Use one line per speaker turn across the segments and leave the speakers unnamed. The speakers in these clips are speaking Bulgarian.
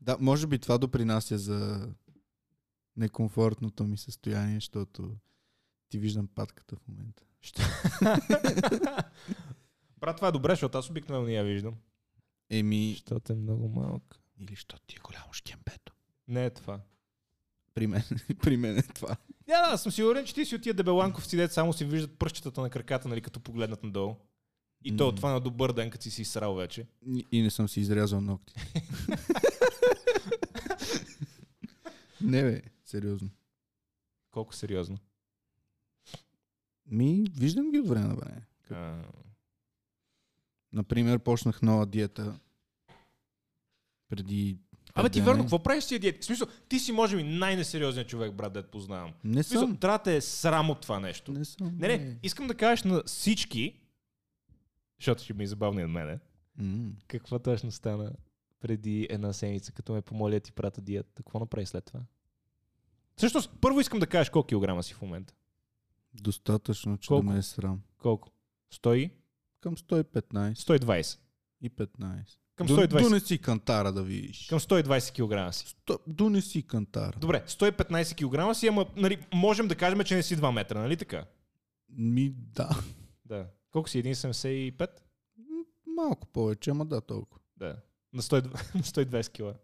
Да, може би това допринася за некомфортното ми състояние, защото ти виждам патката в момента.
Брат, това е добре, защото аз обикновено не я виждам.
Еми,
Защото е много малък.
или що ти е голямо шкембето.
Не е това.
При мен, при мен е това.
Да, да, аз съм сигурен, че ти си от тия дебеланковци, дет само си виждат пръщетата на краката, нали, като погледнат надолу. И то
М.
от това е на добър ден, като си си срал вече.
И- И не съм си изрязал ногти. не бе, сериозно.
Колко сериозно.
Ми, виждам ги от време на време.
А,
Например, почнах нова диета преди...
Абе, ти
пет
верно,
дена.
какво правиш с тия диети? В смисъл, ти си може би най-несериозният човек, брат, дет познавам.
Не
В смисъл,
съм.
трябва да те е срам от това нещо.
Не съм.
Не, не, искам да кажеш на всички, защото ще ми е забавно и на мене,
М.
какво точно стана преди една седмица, като ме помоля ти прата диета. Какво направи след това? Всъщност, първо искам да кажеш колко килограма си в момента.
Достатъчно, че
Колко?
да ме е срам.
Колко? 100?
Към 115
120.
и 15.
Към
Ду-
120.
Донеси кантара да видиш.
Към 120 килограма си.
Сто... Донеси кантара.
Добре, 115 килограма си, ама нали, можем да кажем, че не си 2 метра, нали така?
Ми, да.
Да. Колко си? 1,75?
М, Малко повече, ама да, толкова.
Да. На 120, на 120 кила.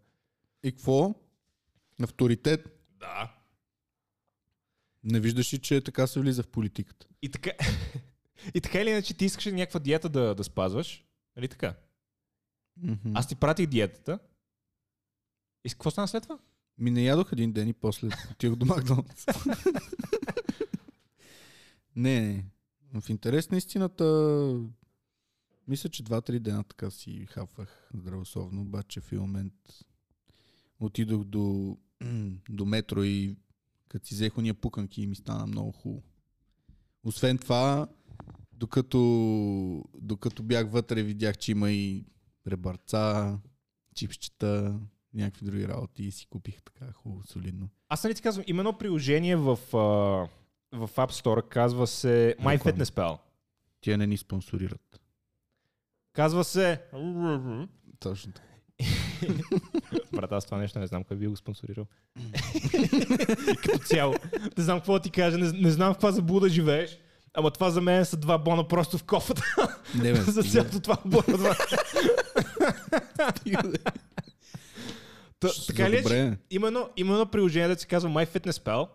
И какво? Авторитет.
Да.
Не виждаш ли, че така се влиза в политиката?
И така, и така или иначе ти искаш някаква диета да, да спазваш. Нали така?
Мгм.
Аз ти пратих диетата. И с- какво стана след това?
Ми не ядох един ден и после отидох до Макдоналдс. не, не. В интерес на истината, мисля, че 2-3 дена така си хапвах здравословно, обаче в един момент отидох до, до метро и като си взех уния пуканки и ми стана много хубаво. Освен това, докато, докато бях вътре, видях, че има и ребърца, чипчета, някакви други работи и си купих така хубаво, солидно.
Аз нали ти казвам, има едно приложение в, а, в App Store, казва се MyFitnessPal.
Тя не ни спонсорират.
Казва се...
Точно така.
Брат, аз това нещо не знам кой би го спонсорирал. Като цяло. Не знам какво да ти кажа, не, не знам в каква заблуда живееш. Ама това за мен са два бона просто в кофата
Не, бе,
за
стига.
цялото това бона. Та-
За
така ли е, че
Добре.
има едно, има едно приложение, да се казва MyFitnessPal,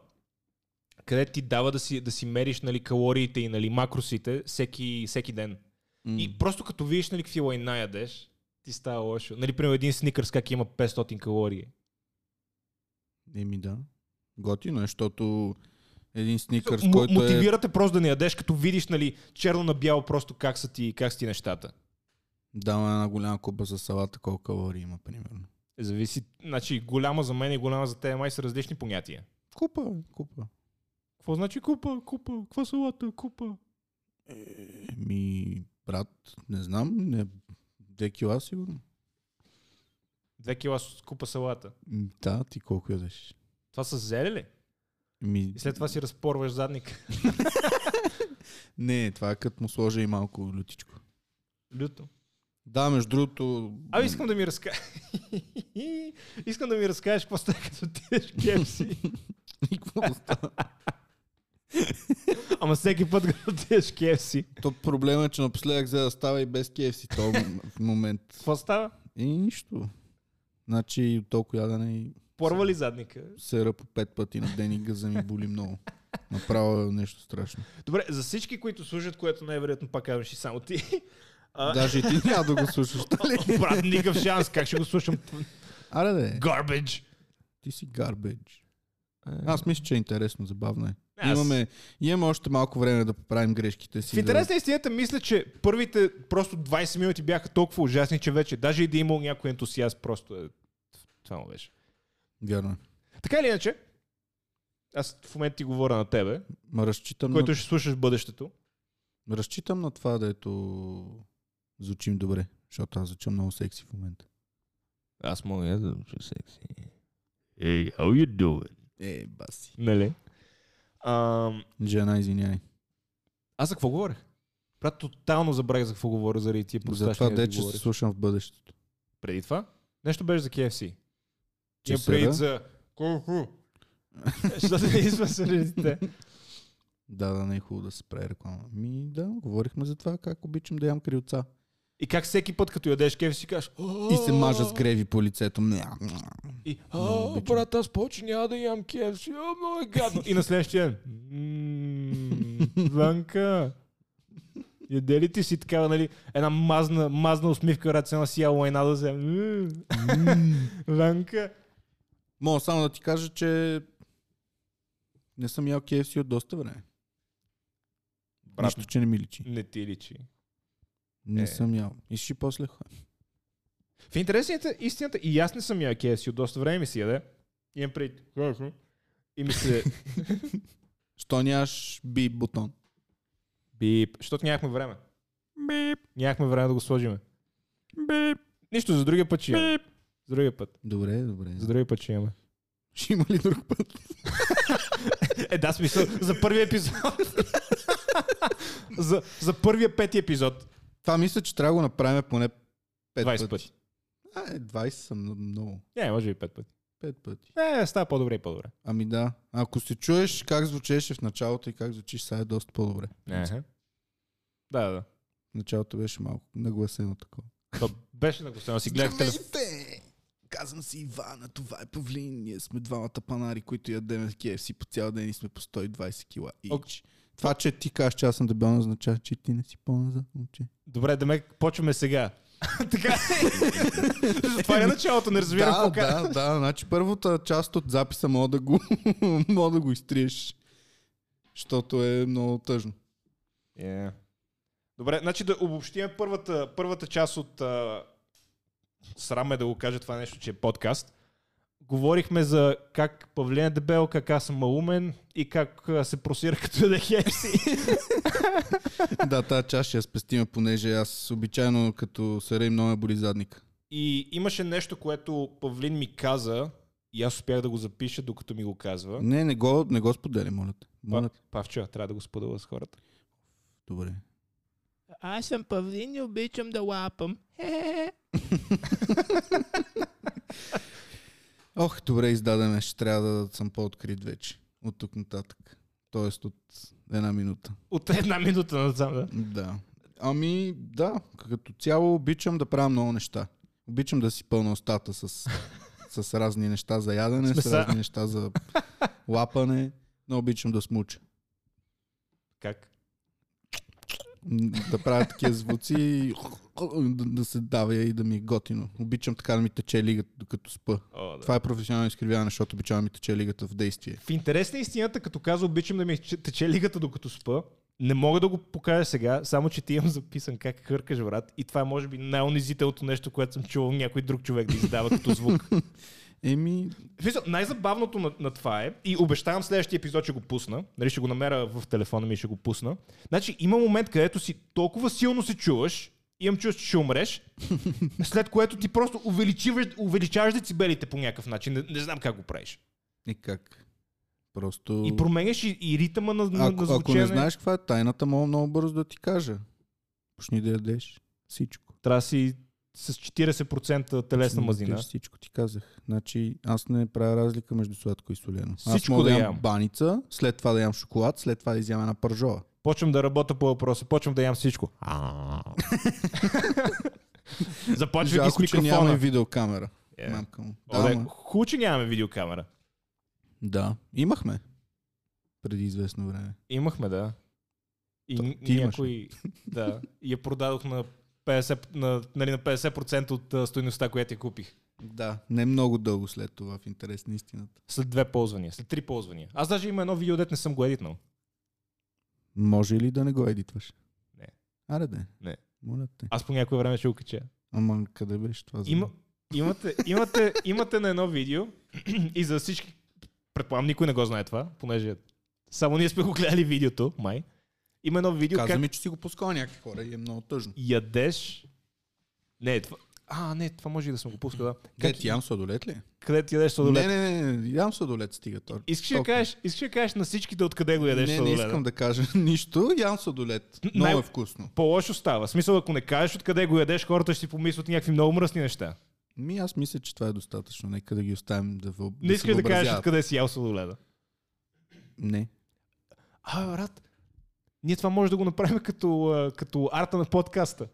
където ти дава да си, да си мериш нали, калориите и нали, макросите всеки, всеки ден.
М.
И просто като видиш нали, какви лайна ядеш, ти става лошо. Нали, примерно един сникърс как има 500 калории.
Еми да. Готино е, защото един сникърс,
М-
който е...
мотивирате просто да не ядеш, като видиш нали, черно на бяло просто как са ти, как са ти нещата.
Дава една голяма купа за салата, колко калории има, примерно.
Зависи, значи голяма за мен и голяма за те май са различни понятия.
Купа, бе, купа.
Какво значи купа, купа, каква салата, купа?
Еми, брат, не знам, не... Две кила сигурно.
Две кила с купа салата.
М, Да, ти колко ядеш?
Това са зели ли?
Ми...
И след това си разпорваш задник.
Не, това е като му сложа и малко лютичко.
Люто.
Да, между другото...
А искам да ми разкажеш. искам да ми разкажеш какво става като отидеш в KFC.
И какво да става?
Ама всеки път като отидеш в KFC.
То проблема е, че напоследък за да става и без KFC то м- в момент.
Какво става?
И нищо. Значи от толкова ядене и
Порва ли задника?
сера по пет пъти на ден и газа ми боли много. Направо е нещо страшно.
Добре, за всички, които служат, което най-вероятно пак казваш и само ти. А,
Даже и ти няма да го слушаш. нали?
Брат, никакъв шанс. Как ще го слушам?
Аре да е.
Garbage.
Ти си гарбедж. Аз мисля, че е интересно, забавно е.
Аз-
Имаме, имаме още малко време да поправим грешките си.
В интерес на истината мисля, че първите просто 20 минути бяха толкова ужасни, че вече даже и да е имал някой ентусиаст, просто е... Това му беше.
Да... Вярно е.
Така или иначе, аз в момента ти говоря на тебе,
Ма разчитам,
който ще слушаш в бъдещето.
на, разчитам на това, дето звучим добре. Защото аз звуча много секси в момента.
Аз мога да звуча секси.
Hey, how you doing?
Е, баси.
Нали? Ам,
Жена, извиняй.
аз за какво говорех? Брат, тотално забравих за какво говоря заради тия нали,
Затова
просташни
де, че се
говориш.
слушам в бъдещето.
Преди това, нещо беше за KFC. Имам
Чесера?
предвид за... Ку-ку. Защото не извън суририте.
Да, да, не е хубаво да се прави реклама. Ми, да, говорихме за това как обичам да ям крилца.
И как всеки път, като ядеш кеф, си кажеш...
И се мажа с греви по лицето. Мя, мя.
И,
Много
а,
обичам.
брат, аз повече няма да ям KFC, а, много е гадно. И на следващия ден, «М, Ванка, яде ли ти си такава, нали, една мазна, мазна усмивка, брат, с една сия лайна да се... «М, Ванка.
Мога само да ти кажа, че не съм ял KFC от доста време.
Брат,
Нищо, че не ми личи.
не ти личи.
Не
Е.
съм ял. И ще после ходя.
В интересната истината, и аз не съм ял KFC, от доста време ми си яде. Имам пред... И ми се...
Що нямаш би бутон?
Бип. Защото нямахме време. Бип. Нямахме време да го сложиме. Бип. Нищо, за другия път ще имаме. Бип. За другия път.
Добре, добре.
За другия път ще имаме.
Ще има ли друг път?
Е, да, смисъл. За първи епизод. за, за първия пети епизод.
Това мисля, че трябва да го направим поне 5
20
пъти.
пъти.
А, е, 20 са много.
Не, може би 5 пъти.
5 пъти.
Не, става по-добре и по-добре.
Ами да. Ако се чуеш как звучеше в началото и как звучиш сега е доста по-добре.
Аха. Да, да.
В началото беше малко нагласено такова.
То беше на гостено си гледах телефон.
Здравейте! Казвам си Ивана, това е Павлин. Ние сме двамата панари, които ядем в KFC по цял ден и сме по 120 кила.
Ок.
Okay. Това, че ти кажеш, че аз съм дебел, не означава, че ти не си по-назад, момче.
Добре, да ме почваме сега. така. Това е началото, не разбирам
да,
какво казвам.
да, да, значи първата част от записа мога да го, мога да го изтриеш, защото е много тъжно.
Yeah. Е. Добре, значи да обобщим първата, първата част от... А... Срам е да го кажа това нещо, че е подкаст. Говорихме за как Павлин е дебел, как аз съм малумен и как а, се просира като да хепси.
да, тази част ще я спестиме, понеже аз обичайно като се рей много ме боли задника.
И имаше нещо, което Павлин ми каза и аз успях да го запиша, докато ми го казва.
Не, не го, не го споделя, моля те. Моля
Па,
те.
Павчо, трябва да го споделя с хората.
Добре.
Аз съм Павлин и обичам да лапам. Хе-хе-хе.
Ох, добре, издадеме. Ще трябва да съм по-открит вече. От тук нататък. Тоест от една минута.
От една минута назад, да.
Да. Ами, да, като цяло обичам да правя много неща. Обичам да си пълна устата с, с разни неща за ядене, с
Смеса.
разни неща за лапане. Но обичам да смуча.
Как?
М, Да правя такива звуци и да, да се давя и да ми е готино. Обичам така да ми тече лигата, докато спа.
О, да.
Това е професионално изкривяване, защото обичам да ми тече лигата в действие.
В интерес на истината, като каза, обичам да ми че- тече лигата докато спа. Не мога да го покажа сега, само че ти имам записан как хъркаш, брат. И това е, може би, най-унизителното нещо, което съм чувал някой друг човек да издава като звук.
Еми,
В смисъл, най-забавното на, на, това е, и обещавам следващия епизод, ще го пусна. Нали, ще го намеря в телефона ми и ще го пусна. Значи, има момент, където си толкова силно се чуваш, имам чувство, че ще умреш, след което ти просто увеличиваш, увеличаваш децибелите по някакъв начин. Не, не знам как го правиш.
никак. е Просто...
И променяш и, и ритъма на, на, на
ако,
звучене.
ако не знаеш каква е тайната, мога много бързо да ти кажа. Почни да ядеш всичко.
трябва да си с 40%
Почни
телесна
да
мазнина.
ядеш Всичко ти казах. Значи аз не правя разлика между сладко и солено. аз
Всичко
мога да,
да
ям,
ям.
баница, след това да ям шоколад, след това да изям една пържова.
Почвам да работя по въпроса, почвам да ям всичко. Започвайки с
Жалко, че нямаме
микрофона.
видеокамера.
Е.
Мамка му. Да,
Оле,
ма.
Хубаво, че нямаме видеокамера.
да, имахме. Преди известно време.
Имахме, да. И
Та,
н-
ти имаш
някой... Да. И я продадох на 50%, на, нали, на 50% от а, стойността, която я купих.
Да, не много дълго след това, в интерес на истината.
След две ползвания, след три ползвания. Аз даже има едно видео, дет не съм го едитнал.
Може ли да не го едитваш?
Не.
Аре да.
Не.
Моля те.
Аз по някое време ще го кача.
Ама къде беше това? за
Има,
мен?
имате, имате, имате на едно видео и за всички, предполагам, никой не го знае това, понеже само ние сме го гледали видеото, май. Има едно видео
Каза
как
ми, че си го пускал някакви хора и е много тъжно.
ядеш... Не, това... А, не, това може и да съм го пускал, да.
Къде
Как,
ти ям сладолет ли?
къде ти ядеш
Не,
сладолет?
не, не, не, ям сладолет стига то.
Искаш ли да
толкова.
кажеш, искаш ли да кажеш на всичките откъде го ядеш
Не, не
сладолет?
искам да кажа нищо, ям сладолет.
Н- най-
Много е вкусно.
По-лошо става. В смисъл, ако не кажеш откъде го ядеш, хората ще си помислят някакви много мръсни неща.
Ми аз мисля, че това е достатъчно. Нека да ги оставим да въоб...
Не искаш да кажеш
къде...
откъде си ял сладоледа.
Не.
А, брат, ние това може да го направим като, а, като арта на подкаста.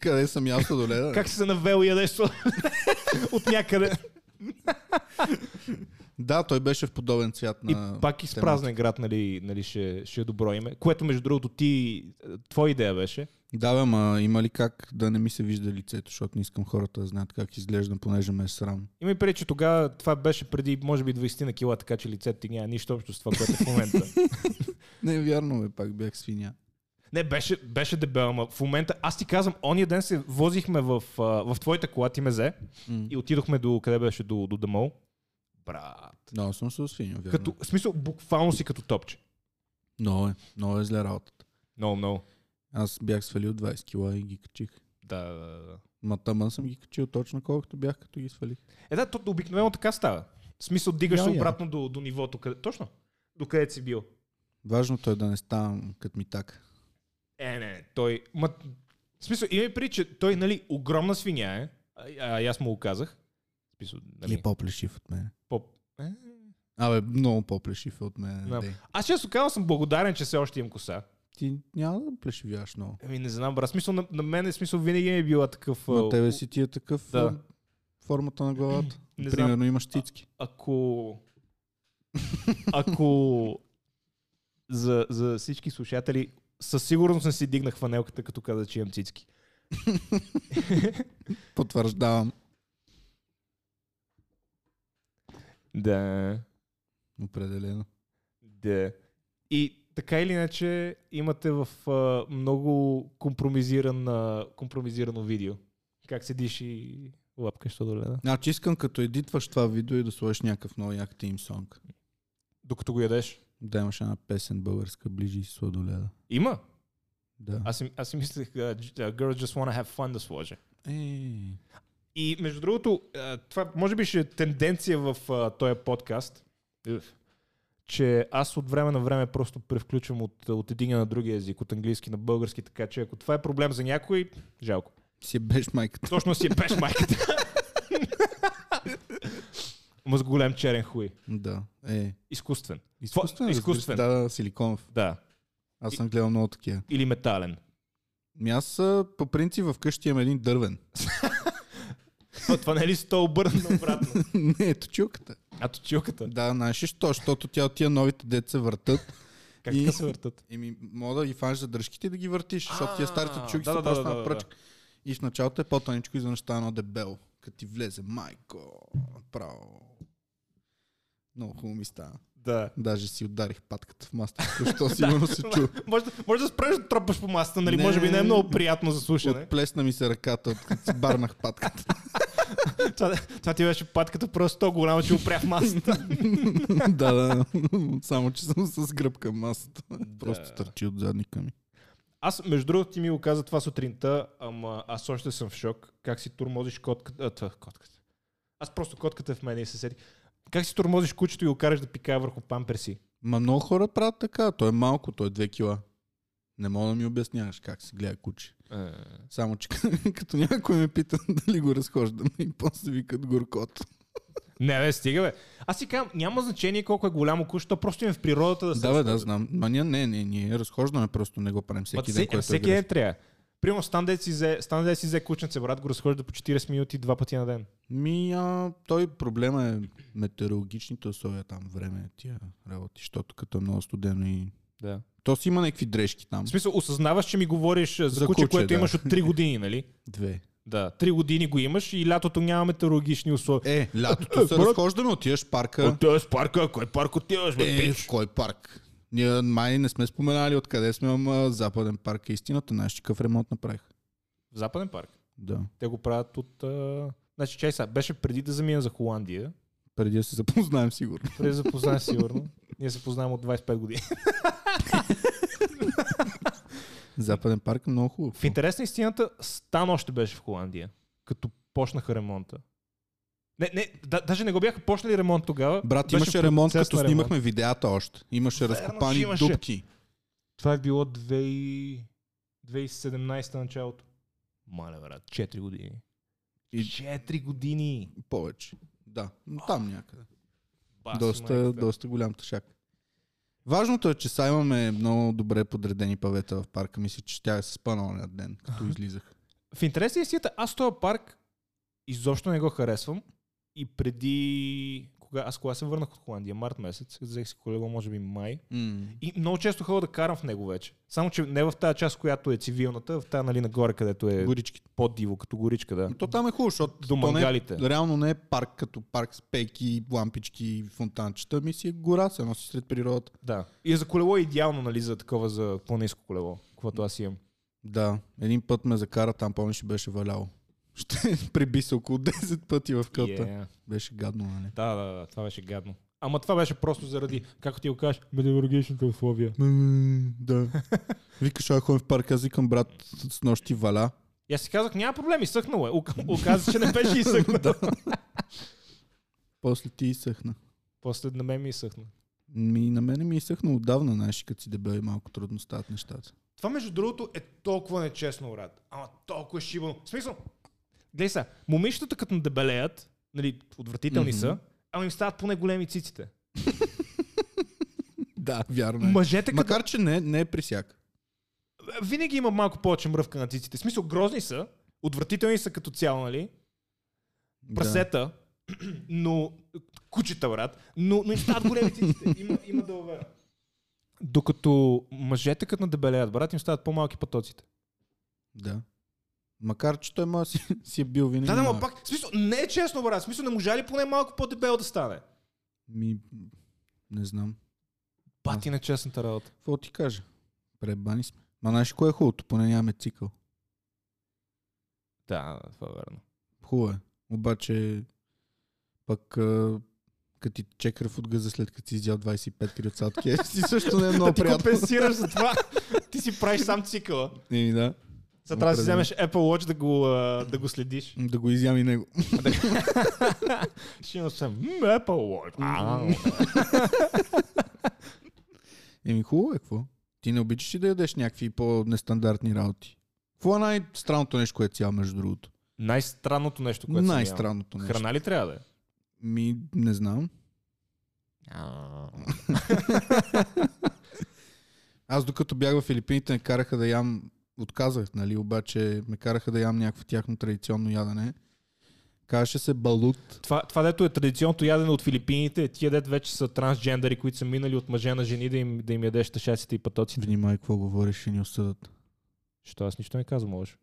къде съм ял сладоледа?
Как си се навел и ядеш сладоледа? от някъде.
Да, той беше в подобен цвят на...
И пак изпразнен град, нали, нали ще, ще е добро име. Което, между другото, ти, а, твоя идея беше.
Да, бе, ма има ли как да не ми се вижда лицето, защото не искам хората да знаят как изглеждам, понеже ме е срам.
Има и преди, че тогава това беше преди, може би, 20 на кила, така че лицето ти няма нищо общо с това, което е в момента.
Не, вярно бе, пак бях свиня.
Не, беше, беше дебел, ама в момента, аз ти казвам, ония ден се возихме в, а, в твоята кола, ти ме взе,
М.
и отидохме до, къде беше, до, до Дамол. Брат.
Много съм се освинил, вярно.
Като, в смисъл, буквално си като топче.
Много е, много е зле работата.
Много, много.
Аз бях свалил 20 кила и ги качих.
Да, да, да, да.
Ма тъмън съм ги качил точно колкото бях, като ги свалих.
Е, да, то обикновено така става. В смисъл, дигаш се
Я, я.
обратно до, до нивото, къде... Точно. До къде си бил.
Важното е да не ставам като ми така.
Е, не, не, той... Ма... В смисъл, има при, че той, нали, огромна свиня е. А, а, и аз му го казах. В смисъл,
И е
нали,
по-плешив от мен.
по... Е?
Абе, много по-плешив е от мен.
Да.
дей.
Аз често казвам съм благодарен, че все още имам коса.
Ти няма да плешивяш много.
Ами не знам, брат. В Смисъл, на, на мен е смисъл винаги ми е била такъв... а,
На тебе си ти е такъв
да.
да. формата на главата.
Не знам.
Примерно имаш тицки.
ако... ако... За, за всички слушатели, със сигурност не си дигнах фанелката, като каза, че имам цицки.
Потвърждавам.
Да,
Определено.
да. И така или иначе имате в а, много компромизиран, а, компромизирано видео. Как седиш и лапкаш до леда.
Значи искам като едитваш това видео и да сложиш някакъв много як тим сонг.
Докато го ядеш.
Да имаш една песен българска, ближи си сладоледа.
Има.
Да.
Аз си, аз си мислех, uh, Girls Just Wanna Have Fun да сложа.
Е,
И между другото, а, това може би ще е тенденция в а, този подкаст, че аз от време на време просто превключвам от, от един на другия език, от английски на български, така че ако това е проблем за някой, жалко.
си беш майката.
Точно си е пеш майката. Ма с голям черен хуй.
Да. Е.
Изкуствен.
Изкуствен. разбира се.
изкуствен.
Да, да, силиконов.
Да.
Аз съм гледал много такива.
Или метален.
Ми аз а, по принцип вкъщи имам един дървен.
Това, това не е ли сто обърна обратно?
Не, ето чуката.
А точилката.
Да, знаеш ли що? Защото тя от тия новите деца въртат.
Как
И-
така се въртат?
Еми, мога да ги фанеш за дръжките и да ги въртиш, защото тия старите
А,
чуки
да,
са
да,
просто
да, да,
на
да.
пръчка. И в началото е по-тъничко, изведнъж става едно дебело. Като ти влезе, майко, право. Много хубаво ми става.
Да.
Даже си ударих патката в маста, защото сигурно се чу.
Може, да- може да спреш да тропаш по масата, нали?
Не.
Може би не е много приятно за слушане.
Отплесна ми се ръката, откато си барнах патката.
това, това ти беше патката просто толкова голяма, че опря в масата.
да, да. Само, че съм с гръб към масата. Просто търчи от задника ми.
аз, между другото, ти ми го каза това сутринта, ама аз още съм в шок. Как си турмозиш котката... А, това, котката. Аз просто котката е в мен и се сети. Как си турмозиш кучето и го караш да пикае върху памперси?
Ма много хора правят така. Той е малко, той е 2 кила. Не мога да ми обясняваш как се гледа куче. Само, че като някой ме пита дали го разхождаме и после викат горкото.
Не, бе, стига, бе. Аз си казвам, няма значение колко е голямо куче, то просто им е в природата да се
Да, бе, да,
разхожда.
знам. Ма ние не, не, ние разхождаме, просто не го правим
Ма
всеки ден,
всеки,
което е
всеки ден
грешно.
трябва. Примерно, стан дет си взе- стан дет си взе кученце, брат, го разхожда по 40 минути два пъти на ден.
Ми, а, той проблема е метеорологичните условия там, време, тия работи, защото като е много студено и...
Да.
То си има някакви дрежки там.
В смисъл, осъзнаваш, че ми говориш за, за
За
куче,
куче,
което
да.
имаш от 3 години, нали?
Две.
Да. 3 години го имаш и лятото няма метеорологични условия.
Е, лятото се
брат.
разхождаме, отиваш в парка.
От този парка, кой парк отиваш, бе,
Е,
пич?
в кой парк? Ние май не сме споменали откъде сме, ама Западен парк е истината. Знаеш ли какъв ремонт направих?
В Западен парк.
Да.
Те го правят от... А... Значи, чай сега, беше преди да замина за Холандия.
Преди да се запознаем сигурно.
Преди да запознаем сигурно. Ние се познаваме от 25 години.
Западен парк е много хубав.
В интерес на истината, Стан още беше в Холандия, като почнаха ремонта. Не, не, да, даже не го бяха почнали ремонт тогава.
Брат,
Беше
имаше
в
ремонт,
процес
като
на
снимахме видеята още. Имаше
Верно, че
разкопани
имаше.
дупки.
Това е било 2017 началото. Мале, брат, 4 години.
И-
Четири години.
Повече. Да, но там някъде.
Баси,
доста,
майката.
доста голям тъшак. Важното е, че са имаме много добре подредени павета в парка. Мисля, че тя е спънала на ден, като излизах.
В интерес на истината, аз този парк изобщо не го харесвам. И преди... Кога, аз кога се върнах от Холандия, март месец, взех си колело, може би май.
М.
И много често ходя да карам в него вече. Само, че не в тази част, която е цивилната, а в тази нали, нагоре, където е
Горичките.
по-диво, като горичка, да.
Но То там е хубаво, защото
До
то не,
мангалите.
е- реално не е парк като парк с пейки, лампички, фонтанчета. Ми си е гора, се носи сред природата.
Да. И за колело е идеално, нали, за такова, за по-низко колело, каквото аз имам.
Да, един път ме закара там, помниш, беше валяло. Ще приби се около 10 пъти в кълта. Yeah.
Yeah.
Беше гадно, нали?
Да, да, да, това беше гадно. Ама това беше просто заради, както ти го кажеш, метеорологичните условия.
М, Да. Викаш, а ходим в парка, аз викам, брат, с нощи валя.
И аз си казах, няма проблем, изсъхнало е. Ока- Оказа, се, че не беше изсъхнало.
После ти изсъхна.
После на мен ми е изсъхна.
Ми, на мене ми изсъхна отдавна, знаеш, като си дебел и малко трудно стават нещата.
Това, между другото, е толкова нечестно, брат. Ама толкова е шибано. В смисъл, гледай сега, момичетата като надебелеят, нали, отвратителни
Мгм.
са, ама им стават поне големи циците.
Да, вярно е.
Мъжете като...
Макар, че не, не е при всяка.
Винаги има малко повече мръвка на циците. В смисъл, грозни са, отвратителни са като цяло, нали? Прасета, но... Кучета, брат. Но, но им стават големи циците. Има, има да уверя. Докато мъжете като надебелеят, брат, им стават по-малки пътоците.
Да. да. Макар, че той може си, си е бил винаги.
Да, да, ма
малък.
пак, в смисъл, не е честно, брат. В смисъл, не можа ли поне малко по-дебел да стане?
Ми, не знам.
Пати на честната работа.
Какво ти кажа? Пребани сме. Ма знаеш кое е хубавото? Поне нямаме цикъл.
Да, това е верно.
Хубаво е. Обаче, пък а, като ти чекър в отгъза след като си изял 25 крилцатки, си също не е много
Да ти
приятно.
компенсираш за това. ти си правиш сам цикъла.
Еми, да.
За трябва да си
Определено.
вземеш Apple Watch да го, а, да го следиш.
Да го изям и него.
Ще имам съм "М, Apple Watch. Ау.
Еми, хубаво е, какво? Ти не обичаш ли да ядеш някакви по-нестандартни работи? Какво е най-странното нещо, което цял, между другото?
Най-странното нещо, което съм ял.
Най-странното нещо.
Храна ли трябва да е?
Ми, не знам. Аз докато бях в Филипините, ме караха да ям, отказах, нали, обаче ме караха да ям някакво тяхно традиционно ядене. Казваше се балут.
Това, това, дето е традиционното ядене от Филипините, тия дет вече са трансджендери, които са минали от мъже на жени да им, да им ядеш тъшаците и пътоците.
Внимай какво говориш и ни осъдат.
Що аз нищо не казвам лошо.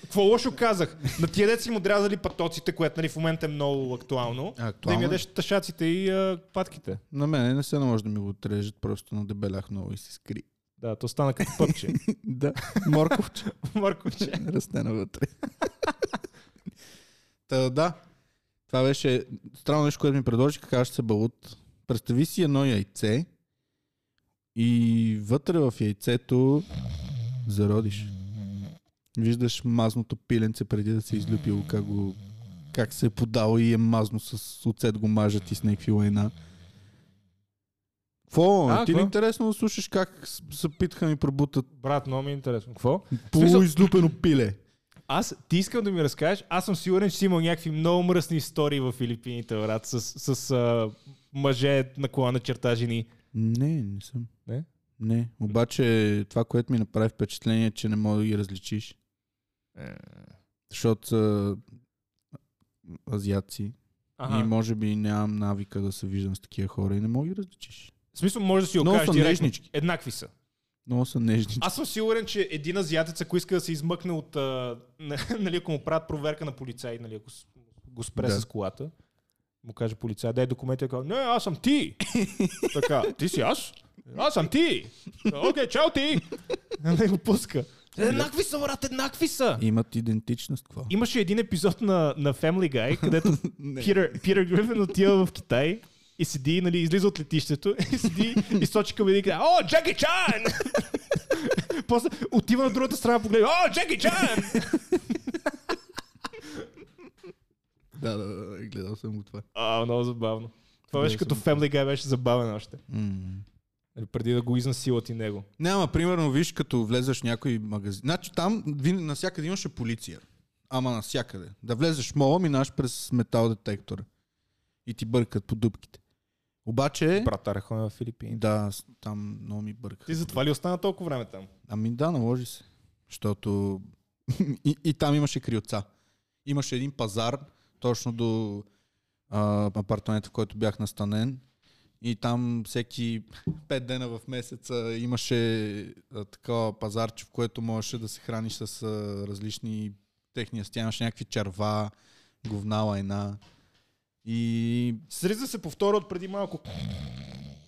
Какво лошо казах? На тия дет си му дрязали пътоците, което нали, в момента е много актуално. е.
А,
Да им
Актуално.
ядеш тъшаците и а, патките.
На мен не се наложи да ми го отрежат, просто надебелях много и се скри.
Да, то стана като пъпче.
да, морковче.
Марковче.
Расте навътре. Та, да. Това беше странно нещо, което ми предложиха. Казваше се балут. Представи си едно яйце и вътре в яйцето зародиш. Виждаш мазното пиленце преди да се е излюпило, как, го, как се е подало и е мазно с оцет го мажат и с някакви лайна. Какво?
А,
Ти ли
какво?
интересно да слушаш как с- се питаха ми пробутат
Брат, много ми е интересно. Какво? смисъл-
полуизлюпено пиле?
Аз ти искам да ми разкажеш. Аз съм сигурен, че си имал някакви много мръсни истории в Филипините, брат, с, с а, мъже на кола на черта жени.
Не, не съм.
Не?
Не. Обаче това, което ми направи впечатление, е, че не мога да ги различиш. Е. Защото са азиатци. Ага. И
Ага.
може би нямам навика да се виждам с такива хора и не мога да ги различиш.
В смисъл, може да си
Много
окажеш
са
директно.
нежнички.
Еднакви са.
Много са нежни.
Аз съм сигурен, че един азиатец, ако иска да се измъкне от... А, на- нали, ако му правят проверка на полицай, нали, ако с- го спре
Да.
с колата, му каже полицай, дай документи, и казва, не, аз съм ти. така, ти си аз? Аз съм ти. Окей, чао ти. Не го пуска. Еднакви са, брат, еднакви са.
Имат идентичност. Какво?
Имаше един епизод на, на Family Guy, където
Не.
Питър, Питър Грифин отива в Китай и седи, нали, излиза от летището и седи и сочи към един и казва, О, Джеки Чан! После отива на другата страна, погледа, О, Джеки Чан!
Да, да, да, да, гледал съм го това.
А, много забавно. Това
Да,
беше като
съм-
Family Guy, беше забавен още.
м
Нали, преди да го изнасилат и него.
Няма, примерно, виж, като влезеш в някой магазин. Значи там вин- навсякъде имаше полиция. Ама навсякъде. Да влезеш в мола, минаш през метал детектора. И ти бъркат по дубките. Обаче,
Брат Архон в Филипини.
да, с- там много ми бърка.
Ти затова ли остана толкова време там?
Ами да, наложи се. Защото и, и там имаше крилца. Имаше един пазар, точно до а, апартамента, в който бях настанен. И там всеки пет дена в месеца имаше а, такова пазарче, в което можеше да се храниш с а, различни техния стя. Имаше някакви черва, говна лайна. И
Сриза се повтора от преди малко.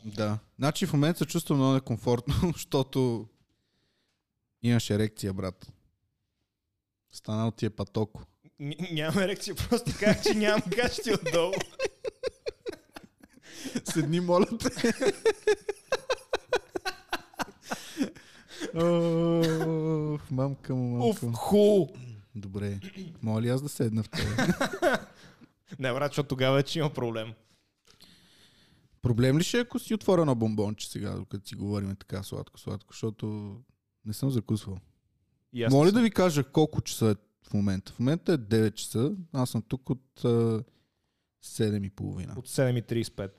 да. Значи в момента се чувствам много некомфортно, защото имаш ерекция, брат. Станал ти е патоко.
Н- Нямам ерекция, просто казах, че нямам кащи отдолу.
Седни, моля те. Ох, мамка му,
Уф,
мамка му.
ху!
Добре. Моля ли аз да седна в тебе?
Не, брат, защото тогава вече има проблем.
Проблем ли ще е, ако си отворя едно бомбонче сега, докато си говорим така сладко-сладко, защото не съм закусвал.
И
Ясно. Моля да ви кажа колко часа е в момента. В момента е 9 часа. Аз съм тук от а, 7 и половина.
От 7.35.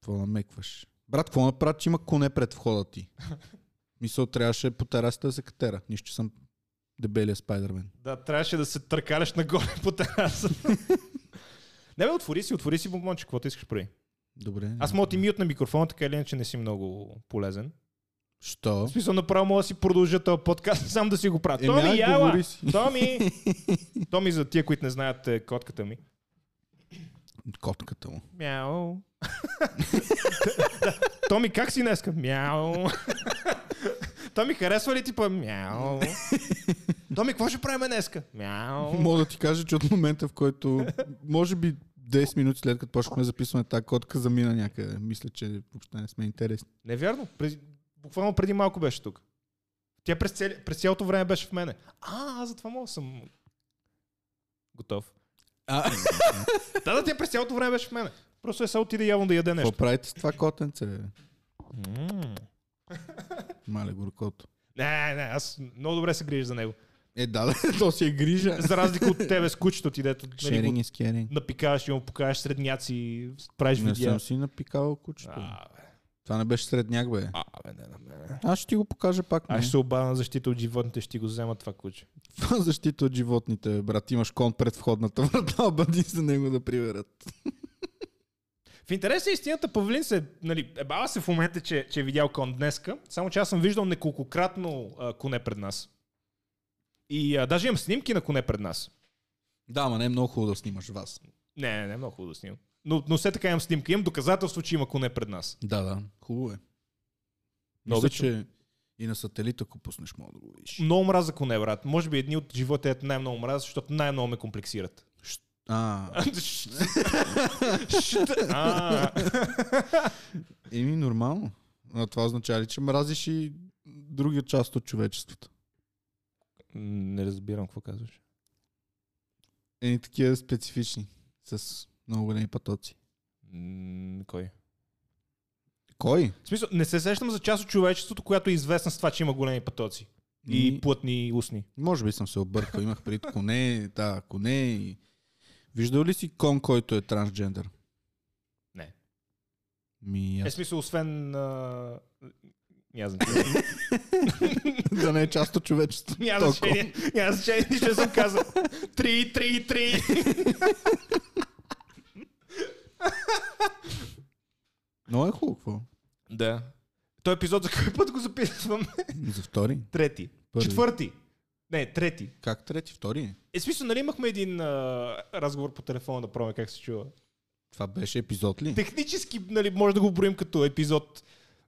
Какво намекваш? Брат, какво направи, че има коне пред входа ти? Мисъл, трябваше по терасата да се катера. Нищо, че съм дебелия спайдермен.
Да, трябваше да се търкаляш нагоре по тераса. Не бе, отвори си, отвори си бомбонче, каквото искаш прави.
Добре.
Аз мога да ти мют на микрофона, така или иначе не си много полезен.
Що?
В смисъл, направо мога да си продължа този подкаст, сам да си го правя.
Еми,
Томи,
ай,
яла!
Е, говори си.
Томи! Томи, за тия, които не знаят е котката ми.
Котката му.
Мяу. Томи, как си днеска? Мяу. Томи, харесва ли ти па? Мяу. Томи, какво ще правим днеска? Мяу.
Мога да ти кажа, че от момента, в който може би 10 минути след като почнахме записване, тази котка замина някъде. Мисля, че въобще не сме интересни.
Не е вярно. През, буквално преди малко беше тук. Тя през, цели, през цялото време беше в мене. А, аз затова мога да съм готов.
А,
Да, да, тя през цялото време беше в мене. Просто е сега отиде явно да яде
какво
нещо.
правите с това котенце? бе?
М.
Мале горкото.
Не, не, аз много добре се грижа за него.
Е, да, да, то си е грижа.
За разлика от тебе с кучето ти, дето нали, го
Шеринг и скеринг.
напикаваш и му покажеш средняци, правиш
Не
видео.
съм си напикал кучето.
А, бе,
Това не беше средняк, бе.
а, бе, не на мене.
Аз ще ти го покажа пак.
Аз
не.
ще се обада на защита от животните, ще ти го взема това куче.
Това защита от животните, бе, брат. Имаш кон пред входната врата, бъди за него да приверат.
В интерес на истината, Павлин се, нали, ебава се в момента, че, че е видял кон днеска, само че аз съм виждал неколкократно а, коне пред нас. И а, даже имам снимки на коне пред нас.
Да, ма не е много хубаво да снимаш вас.
Не, не, не, много хубаво да снимам. Но, но все така имам снимка. Имам доказателство, че има коне пред нас.
Да, да. Хубаво е.
Много
Мисля,
обичам.
че и на сателит, ако пуснеш, мога да го видиш.
Много мраза коне, брат. Може би едни от живота е най-много мраза, защото най-много ме комплексират.
А,
А,
еми нормално. Но това означава ли, че мразиш и друга част от човечеството?
Не разбирам какво казваш.
Едни такива специфични, с много големи патоци.
М, Кой?
Кой?
В смисъл, не се сещам за част от човечеството, която е известна с това, че има големи пътоци. И
Ми-
плътни устни. Е,
Може би съм се объркал. Имах пред коне, да, коне. и- Виждал ли си кон, който е трансджендър?
Не.
Ми,
Е,
аз...
смисъл, освен... А... Няма
да не е част от човечеството. Толкова.
значение. Няма значение, нищо не съм казал. Три, три, три.
Но е хубаво. какво?
Да. Той епизод за кой път го записвам?
За втори?
Трети.
Първи.
Четвърти. Не, трети.
Как трети? Втори?
Е, смисъл, нали имахме един а, разговор по телефона да пробваме как се чува?
Това беше епизод ли?
Технически, нали, може да го броим като епизод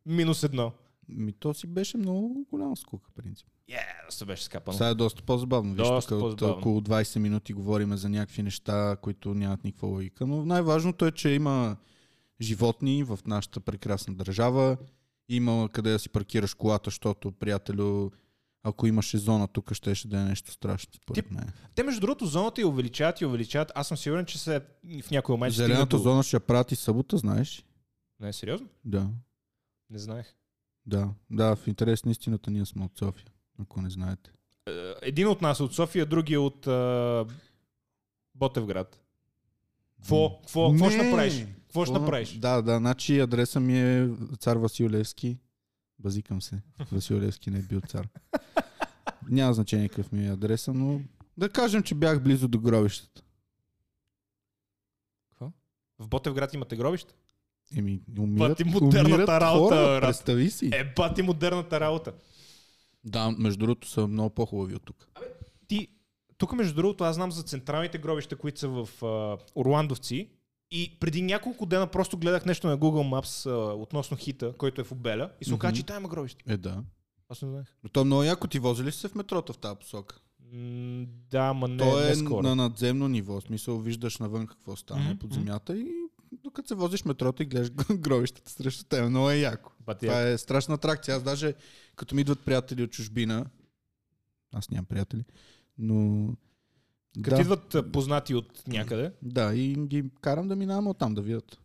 минус едно.
Ми то си беше много голяма скука, принцип.
Е, yeah, се беше скапано.
Сега е доста по-забавно. Виж,
Доста
тук от
по-забавно.
около 20 минути говорим за някакви неща, които нямат никаква логика. Но най-важното е, че има животни в нашата прекрасна държава. Има къде да си паркираш колата, защото, приятелю, ако имаше зона тук, щеше да е нещо страшно. Според
Ти-
мен.
Те, между другото, зоната я увеличават и увеличават. Аз съм сигурен, че се в някой момент. ще
Зелената
стигне до-
зона ще я прати събота, знаеш?
Не, е сериозно?
Да.
Не знаех.
Да, да, в интерес на истината ние сме от София, ако не знаете.
е, един от нас е от София, другия е от а, Ботевград. Кво? Кво? Кво ще
Не.
направиш? Кво ще
Какво-
направиш?
Да, да, значи адреса ми е цар Василевски. Базикам се. Василевски не е бил цар. Няма значение какъв ми е адреса, но да кажем, че бях близо до гробищата.
В Ботевград имате гробище?
Еми, умират,
ти модерната
умират
работа,
хора,
брат.
представи си.
Е, бати модерната работа.
Да, между другото са много по-хубави от тук.
Ти, тук между другото, аз знам за централните гробища, които са в а, Орландовци. И преди няколко дена просто гледах нещо на Google Maps а, относно хита, който е в Обеля. И се оказа,
Мгм.
че там има гробище.
Е, да.
Аз не знаех.
Но то е много яко. Ти возили ли си се в метрото в тази посока?
М, Да, ма не,
То
не
е
скоро.
на надземно ниво. В смисъл, виждаш навън какво стане
Мгм,
под
мгм.
земята и докато се возиш в метрото и гледаш гробищата срещу теб. Много е яко.
Бати,
Това е страшна атракция. Аз даже, като ми идват приятели от чужбина, аз нямам приятели, но...
Като
да,
идват а, познати от някъде.
да, и ги карам да минавам оттам да видят.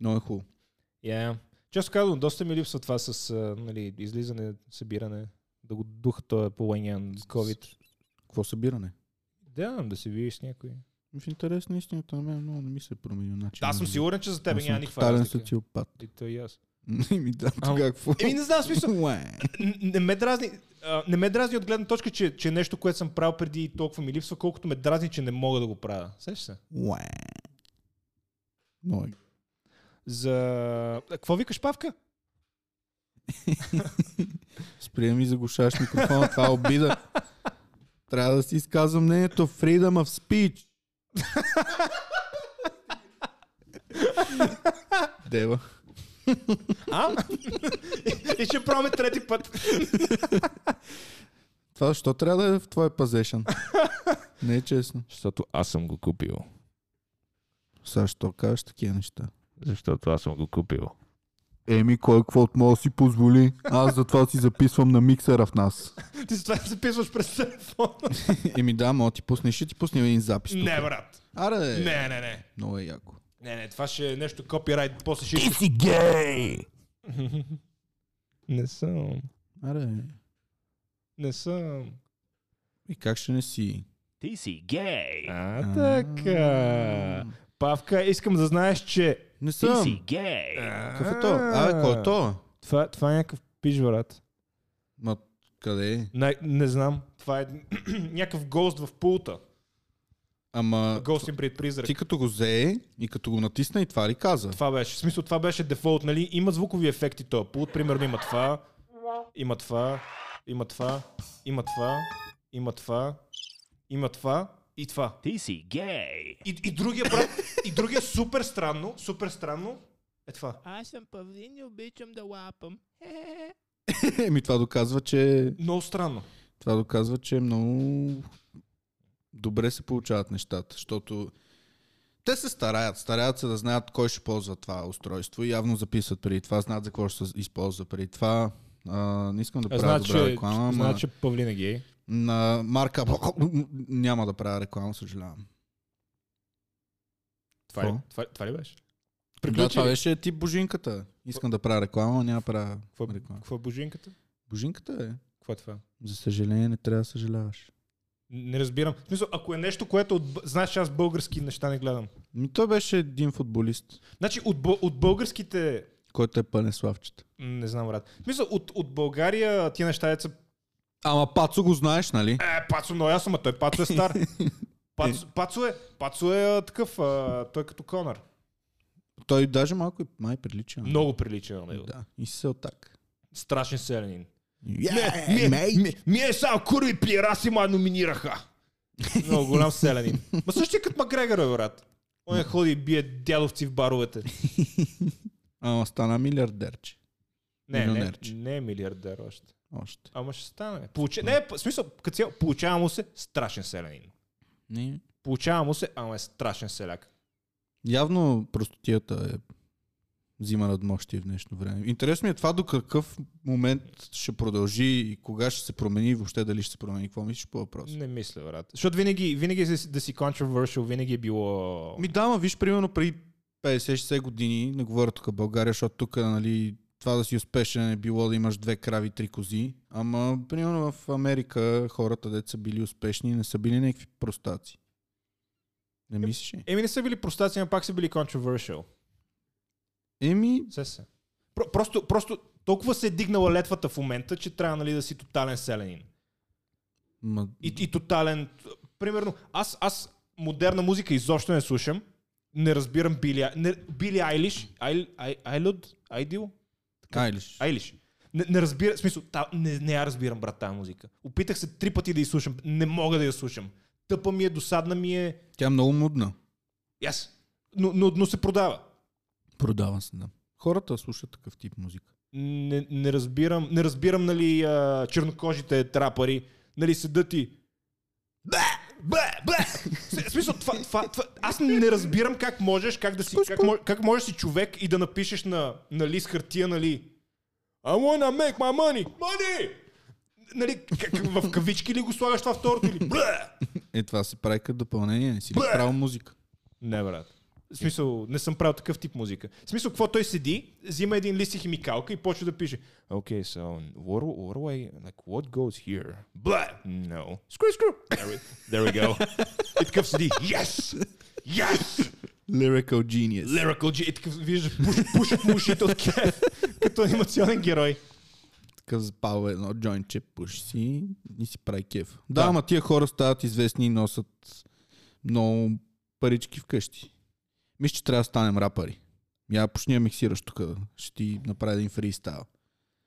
Много е хубаво.
Yeah. Често казвам, доста ми липсва това с а, нали, излизане, събиране, да го духа той е по лайнян COVID.
Какво събиране?
Да, да се видиш с някой.
В интерес на истината на мен много не ми се е променил начин.
Да, аз съм сигурен, че за тебе няма никаква
Тален
разлика.
социопат.
И той и аз.
Ми да,
Ау.
тогава какво?
Еми, не знам, в смисъл.
Уе.
н- Не ме дразни, а, не ме дразни от гледна точка, че, че е нещо, което съм правил преди и толкова ми липсва, колкото ме дразни, че не мога да го правя. Сеш се?
Уе. Много е
За... А, Какво викаш, Павка?
Спри да ми заглушаваш микрофона, това е обида. Трябва да си изказвам мнението. Freedom of speech. Дева.
А? и ще пробваме трети път.
Това защо трябва да е в твой пазешен? Не е честно.
Защото аз съм го купил.
Сега що кажеш такива неща?
Защото аз съм го купил.
Еми, кой какво от мога си позволи? Аз затова си записвам на миксера в нас.
Ти затова записваш през телефона.
Еми да, мога ти пусне, ще ти пусне един запис. тук.
не, брат.
Аре,
Не, не, не.
много е яко.
Не, не, това ще е нещо копирайт, после ще...
си гей!
Не съм.
Аре,
Не съм.
и как ще не си?
Ти си гей!
А, така. Павка, искам да знаеш, че...
Не
Ти
съм.
си гей!
Какъв е то? Абе, кой е то?
Това, това е някакъв пиш, брат.
Ма, къде е?
Не, не знам. Това е някакъв гост в пулта.
Ама,
Гост им пред призрак.
ти като го зее и като го натисна и това ли каза?
Това беше. В смисъл, това беше дефолт, нали? Има звукови ефекти този пулт. Примерно има това, има това, има това, има това, има това, има това и това.
Ти си гей!
И, и другия брат, и другия супер странно, супер странно е това.
Аз съм павлин и обичам да лапам. Хе-хе-хе.
Еми, това доказва, че
Много странно.
това доказва, че много добре се получават нещата, защото те се стараят, стараят се да знаят кой ще ползва това устройство и явно записват преди това, знаят за какво ще се използва преди това. А, не искам да правя добра реклама, ама
значи Павлин е гей.
на марка няма да правя реклама, съжалявам.
Това, е,
Какво?
това, това ли беше?
Да,
Приключи
това
ли?
беше тип божинката. Искам да правя реклама, но няма да правя
Какво, е-
реклама.
какво е божинката?
Божинката е.
Какво е това?
За съжаление не трябва да съжаляваш.
Не разбирам. В смисъл, ако е нещо, което от... б- Знаеш, че аз български неща не гледам.
Ми Ами той беше един футболист,
Значи от, бу- от българските...
който е пълен славчета.
М, Не знам, брат. В смисъл, от, от България тия неща деца...
Ама Пацо го знаеш, нали?
Е, Пацо много ясно, ма той Пацо е стар. Пацо, пацо е, пацо е а, такъв, а, той е като Конър.
Той даже малко и май прилича. на-
Много прилича на него.
Да, и се отак.
Страшен селянин.
Yeah,
Мие-
mate.
ми- Мие е само курви пиераси ма номинираха. Много голям селянин. Ма също е като Макгрегор, бе, брат. Он е ходи и бие дядовци в баровете.
Ама стана милиардерче.
Не, не,
Милионерче.
не е милиардер още.
Още.
Ама ще стане. Получа... Не, в смисъл, като цяло, получава му се страшен селянин.
Не.
Получава му се, ама е страшен селяк.
Явно простотията е взима над мощи в днешно време. Интересно ми е това до какъв момент ще продължи и кога ще се промени и въобще дали ще се промени. Какво мислиш по въпроса?
Не мисля, брат. Защото винаги, винаги е да си- да си controversial, винаги е било...
Ми да, ма виж, примерно при 50-60 години, не говоря тук България, защото тук нали, това да си успешен е било да имаш две крави, три кози. Ама, примерно в Америка хората, дет са били успешни, не са били някакви простаци. Не мислиш ли?
Еми не са били простаци, но пак са били controversial.
Еми,
Се се. Про- просто, просто толкова се е дигнала летвата в момента, че трябва нали, да си тотален селенин.
ма,
И, и тотален... Примерно, аз, аз модерна музика изобщо не слушам. Не разбирам Били, Ай- не, Били Айлиш. Айл, Ай, Айлуд? Айдил?
Айлиш.
Айлиш. Не, не разбира, в смисъл, та, не, не я разбирам, брат, тази музика. Опитах се три пъти да я слушам. Не мога да я слушам. Тъпа ми е, досадна ми е.
Тя е много мудна.
Yes. Но, но, но се продава.
Продава се, да. Хората слушат такъв тип музика.
не, не разбирам, не разбирам, нали, а, чернокожите трапари, нали, седат и... Бе! Бе! Бе! В смисъл, това, това, това, аз не разбирам как можеш, как да си, как, мож, как можеш си човек и да напишеш на, на лист хартия, нали, I wanna make my money! Money! Нали, как, в кавички ли го слагаш това второто или... Бе!
Е, това се прави като допълнение. Не си правил музика.
Не, брат. В смисъл, не съм правил такъв тип музика. В смисъл, какво той седи, взима един лист и химикалка и почва да пише. Okay, so what, what do I, like, what goes here? Blah! No. Screw, screw! There we, there we go. и такъв седи. Yes! Yes!
Lyrical genius.
Lyrical G. И такъв, виждаш, пуш, пушат му ушите от кеф, като анимационен герой.
Такъв запалва едно джойнче, пуши си и си прави кеф. Да, да, ама тия хора стават известни и носят много парички вкъщи. Мисля, че трябва да станем рапари. Я почни да миксираш тук. Ще ти направя един фристайл.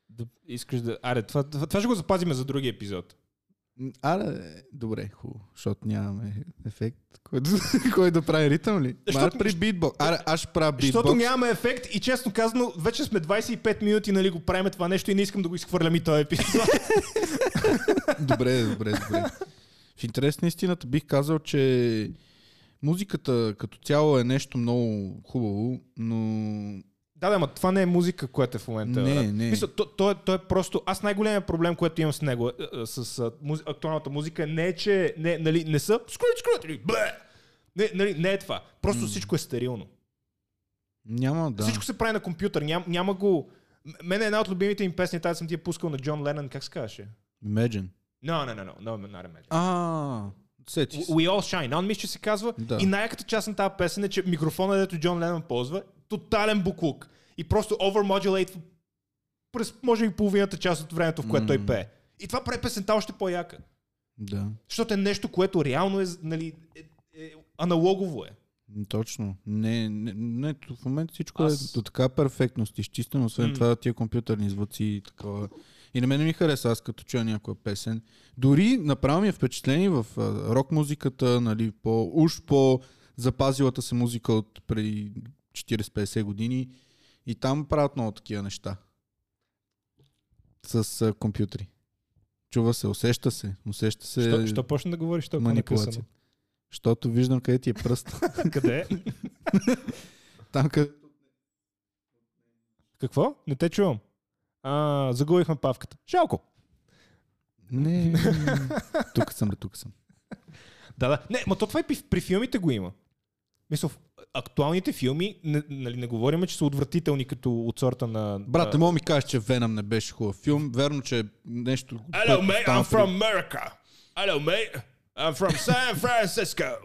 Да, искаш да... Аре, това, това, това ще го запазиме за другия епизод.
М, Аре, добре, хубаво, защото нямаме ефект, който, който да прави ритъм ли? Мар
Защото-
при битбокс. Аре, аз ще правя битбокс.
Защото нямаме ефект и честно казано, вече сме 25 минути, нали, го правим това нещо и не искам да го изхвърлям и този епизод.
Добре, добре, добре. В интерес на истината бих казал, че музиката като цяло е нещо много хубаво, но
Да, да, ма това не е музика, която е в момента.
Не,
брат.
не.
Мисля, то, то, е, то е просто... Аз най-големият проблем, който имам с него, е, е, с а, муз... актуалната музика, не е, че не, нали, не са скрут, скрут, или бе! Не, нали, не е това. Просто всичко е стерилно.
няма да.
Да. Всичко се прави на компютър. Ням, няма го... М- Мене една от любимите им песни, тази съм ти я пускал на Джон Ленън, как се казваше?
Imagine.
No, no, no, no, no, not imagine.
А, сети се.
We All Shine On, мисля, че се казва.
Да.
Да. И най-яката част на тази песен е, че микрофона, дето Джон Ленън ползва, е тотален буклук. И просто overmodulate през, може би, половината част от времето, в което
М.
той пее. И това прави песента още по-яка.
Да,
Защото е нещо, което реално е, нали, е, е аналогово е.
точно. Не, не, не то в момента всичко
Аз-
е до така перфектност изчистено, освен
М.
това тия компютърни звуци и такова. И на мен не ми хареса, аз като чуя някоя песен. Дори направо ми е впечатление в а, рок музиката, нали, по, уж по запазилата се музика от преди 40-50 години. И там правят много такива неща. С а, компютри. Чува се, усеща се. Усеща се
почна да говориш е
манипулация. Защото виждам къде ти е пръст.
Къде?
Там къде...
Какво? Не те чувам. А, загубихме павката. Жалко.
Не, тук съм, бе, тук съм.
Да, да. Не, ма то това и при, при филмите го има. Мисля, в актуалните филми, не, нали, не говорим, че са отвратителни като от сорта на...
Брат, не
на...
мога ми кажеш, че Веном не беше хубав филм. Верно, че е нещо...
Hello,
което
mate.
стана
I'm
при-
from America. Hello, mate. I'm from San Francisco.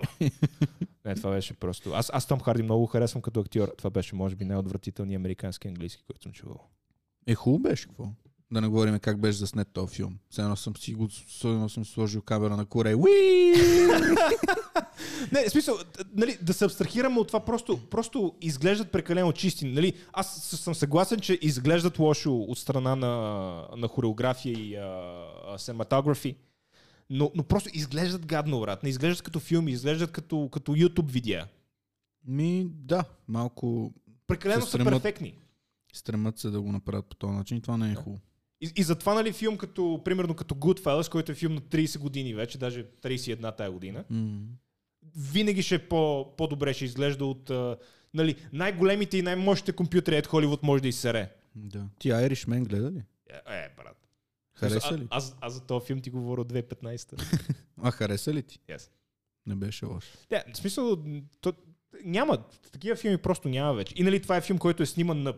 Не, това беше просто... Аз, аз Том Харди много го харесвам като актьор. Това беше, може би, най-отвратителният американски английски, който съм чувал.
Е, хубаво беше, какво? Да не говорим как беше заснет този филм. Все едно съм си го... Все едно съм сложил камера на коре. Уи!
Не, в смисъл, т- нали, да се абстрахираме от това, просто, просто изглеждат прекалено чисти. Нали? Аз с- съм съгласен, че изглеждат лошо от страна на, на хореография и синематографи, но, но просто изглеждат гадно, брат. Не изглеждат като филми, изглеждат като, като YouTube видеа.
Ми, да, малко
Прекалено
Се
са
стремат.
перфектни.
стремат се да го направят по този начин. и Това не е хубаво.
И, и затова, нали, филм като, примерно, като Goodfellas, който е филм на 30 години вече, даже 31 тая година,
М.
винаги ще е по, по-добре ще изглежда от а, нали, най-големите и най-мощните компютри от Холивуд може да изсере.
Да. Ти Irishman гледа ли?
Е, Е, брат.
Хареса ли?
А, аз, аз за този филм ти говоря от 2015.
А, хареса ли ти?
Yes.
Не беше лош.
Да, в смисъл, м, то, няма. Такива филми просто няма вече. И нали това е филм, който е сниман на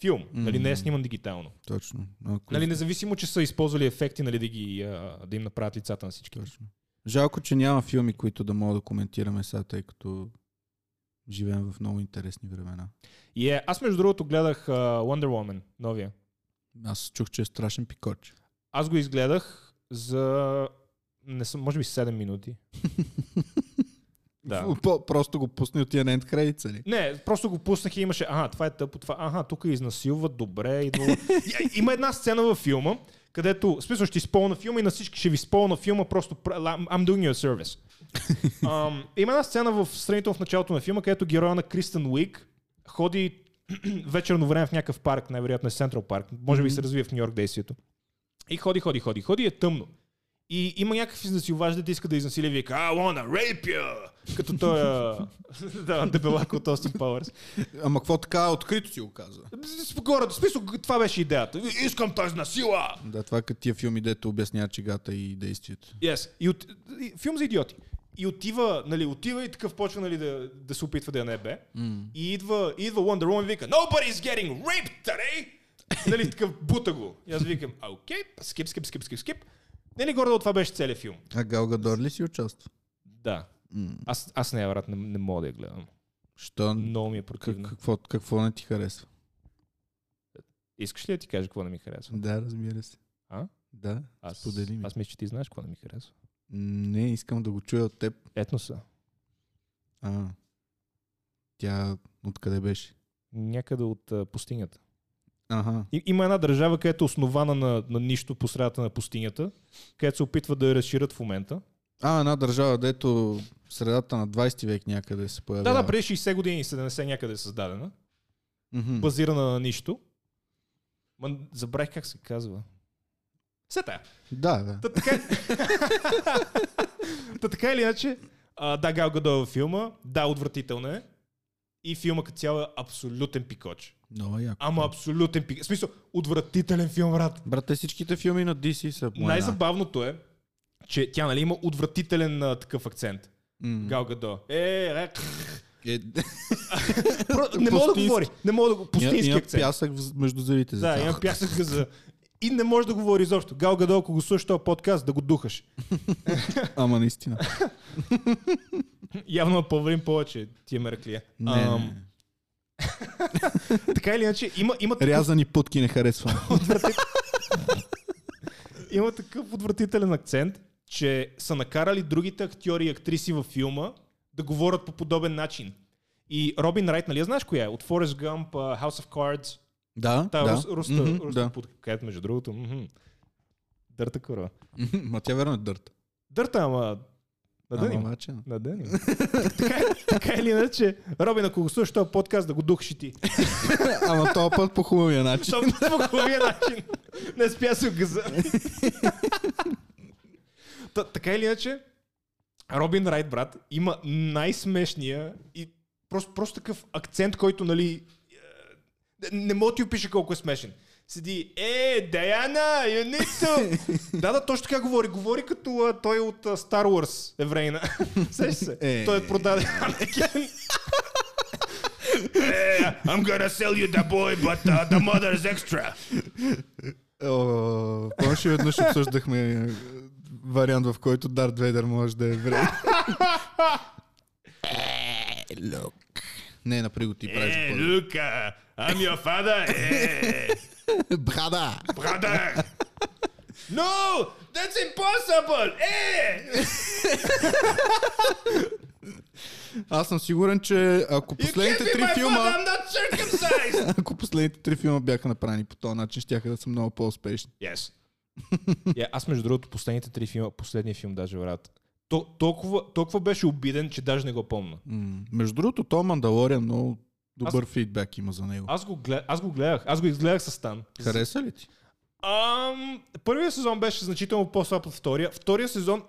филм. Нали, не е
М.
сниман дигитално.
Точно. Ако...
Нали, независимо, че са използвали ефекти, нали, да, ги, а, да им направят лицата на всички.
Точно. Жалко, че няма филми, които да мога да коментираме сега, тъй като живеем в много интересни времена.
И е, аз между другото гледах а, Wonder Woman, новия.
Аз чух, че е страшен пикоч.
Аз го изгледах за... Не съм, може би 7 минути. Да.
По- Просто го пусни от тия нали? на ендкредитса ли?
Не, просто го пуснах и имаше, ага, това е тъпо, това, ага, тук изнасилват, добре. Идва... И- Има една сцена във филма, където, в смисъл, ще изпълна филма и на всички ще ви изпълна филма, просто пра- I'm I'm doing you a service. Ам, има една сцена в страните в началото на филма, където героя на Кристен Уик ходи вечерно време в някакъв парк, най-вероятно е Централ парк, може би се развива в Нью Йорк действието. И ходи, ходи, ходи, ходи, и е тъмно. И има някакъв изнасилвач, да ти е, иска да изнасили и вика I wanna rape you! Като той е... да, дебелак от Остин Пауърс.
Ама какво така открито си го казва?
Горе, смисъл, това беше идеята. Искам тази насила!
Да, това е като тия филми, дето обясняват чегата и действието.
Yes. И от... и- Филм за идиоти. И отива, нали, отива и такъв почва нали, да, да се опитва да я не бе. Mm. И идва, идва Wonder Woman и вика Nobody's getting raped today! нали, такъв бута го. И аз викам, «А, окей, скип, скип, скип, скип, скип. Нали, горе това беше целият филм.
А Гал Гадор ли си участва?
Да.
М.
Аз, аз не, брат, не, не мога да я гледам.
Що?
Много ми е
Как,
противно.
какво, какво не ти харесва?
Искаш ли да ти кажа какво не ми харесва?
Да, разбира се.
А?
Да,
Аз,
сподели ми.
аз мисля, че ти знаеш какво не ми харесва.
Не, искам да го чуя от теб.
Етноса.
А, тя откъде беше?
Някъде от а, пустинята.
Ага.
И, има една държава, където е основана на, на нищо по средата на пустинята, където се опитва да я разширят в момента.
А, една държава, дето в средата на 20 век някъде се
Да,
появява.
да, преди 60 години, 70 някъде е създадена,
Мгм.
базирана на нищо. Ма, забравих как се казва. Все тая.
Да, да.
Та така, Та така или иначе, а, да, Гал Гадот е във филма, да, отвратителна е. И филма като цяло е абсолютен пикоч.
Много яко.
Ама абсолютен пикоч. В смисъл, отвратителен филм, брат.
Брат, те всичките филми на DC са по една.
Най-забавното е, че тя нали има отвратителен а, такъв акцент.
М.
Гал Гадо. Е, е,
Е,
про- не мога да
Пустински.
говори. Не мога да го... Пустински
има
акцент.
пясък в- между зъбите. за
Да,
това.
има пясък за... И не може да говори изобщо. Гал Гадо, ако го слушаш този подкаст, да го духаш.
Ама наистина.
Явно ме повредим повече е тия мераклия.
Не,
Ам,
не, не.
Така или иначе, има, има, такъв,
Рязани путки не харесвам.
има такъв отвратителен акцент, че са накарали другите актьори и актриси във филма да говорят по подобен начин. И Робин Райт, нали я знаеш коя е? От Forrest Gump, uh, House of Cards,
да,
Та, да.
да.
Рус, руста,
Мгм,
руста
да.
путка, където между другото. мгм. Дърта курва.
Мгм, Ма тя верно е дърт.
Дърта, ама... На
Ама
дъни. Ама...
обаче,
На дъни. така, е, така или иначе, Робин, ако го слушаш този подкаст, да го духши ти.
Ама този път по хубавия начин.
Защото по хубавия начин не спя се газа. Та, така или иначе, Робин Райт, брат, има най-смешния и просто, просто такъв акцент, който, нали, е, не- не мога да ти опиша колко е смешен. Седи, е, Даяна, you need to... да, да, точно така говори. Говори като а, той е от а, Star Wars, еврейна. Сеш се.
Е.
Той е продаден Анакин.
I'm gonna sell you the boy, but uh, the mother is extra.
О, Помниш ли веднъж обсъждахме е, вариант, в който Дарт Вейдър може да е еврей? Лук. Не, напри го ти правиш.
Hey,
по-добре.
Luca, Е, uh, I'm your father. Hey,
Брада!
brother. No, that's impossible. Е! Hey,
Аз съм сигурен, че ако
you can't
последните
be
три
my father.
филма,
I'm not circumcised.
ако последните три филма бяха направени по този начин, щяха да са много по-успешни.
Yes. Yeah, Е, аз между другото последните три филма, последния филм даже, брат, то, толкова, толкова беше обиден, че даже не го помна.
М, Между другото, то Мандалория много добър фидбек има за него.
Аз го, глед, аз го гледах, аз го изгледах с Стан.
Хареса ли ти?
Ам, първият сезон беше значително по-слаб от втория. Втория сезон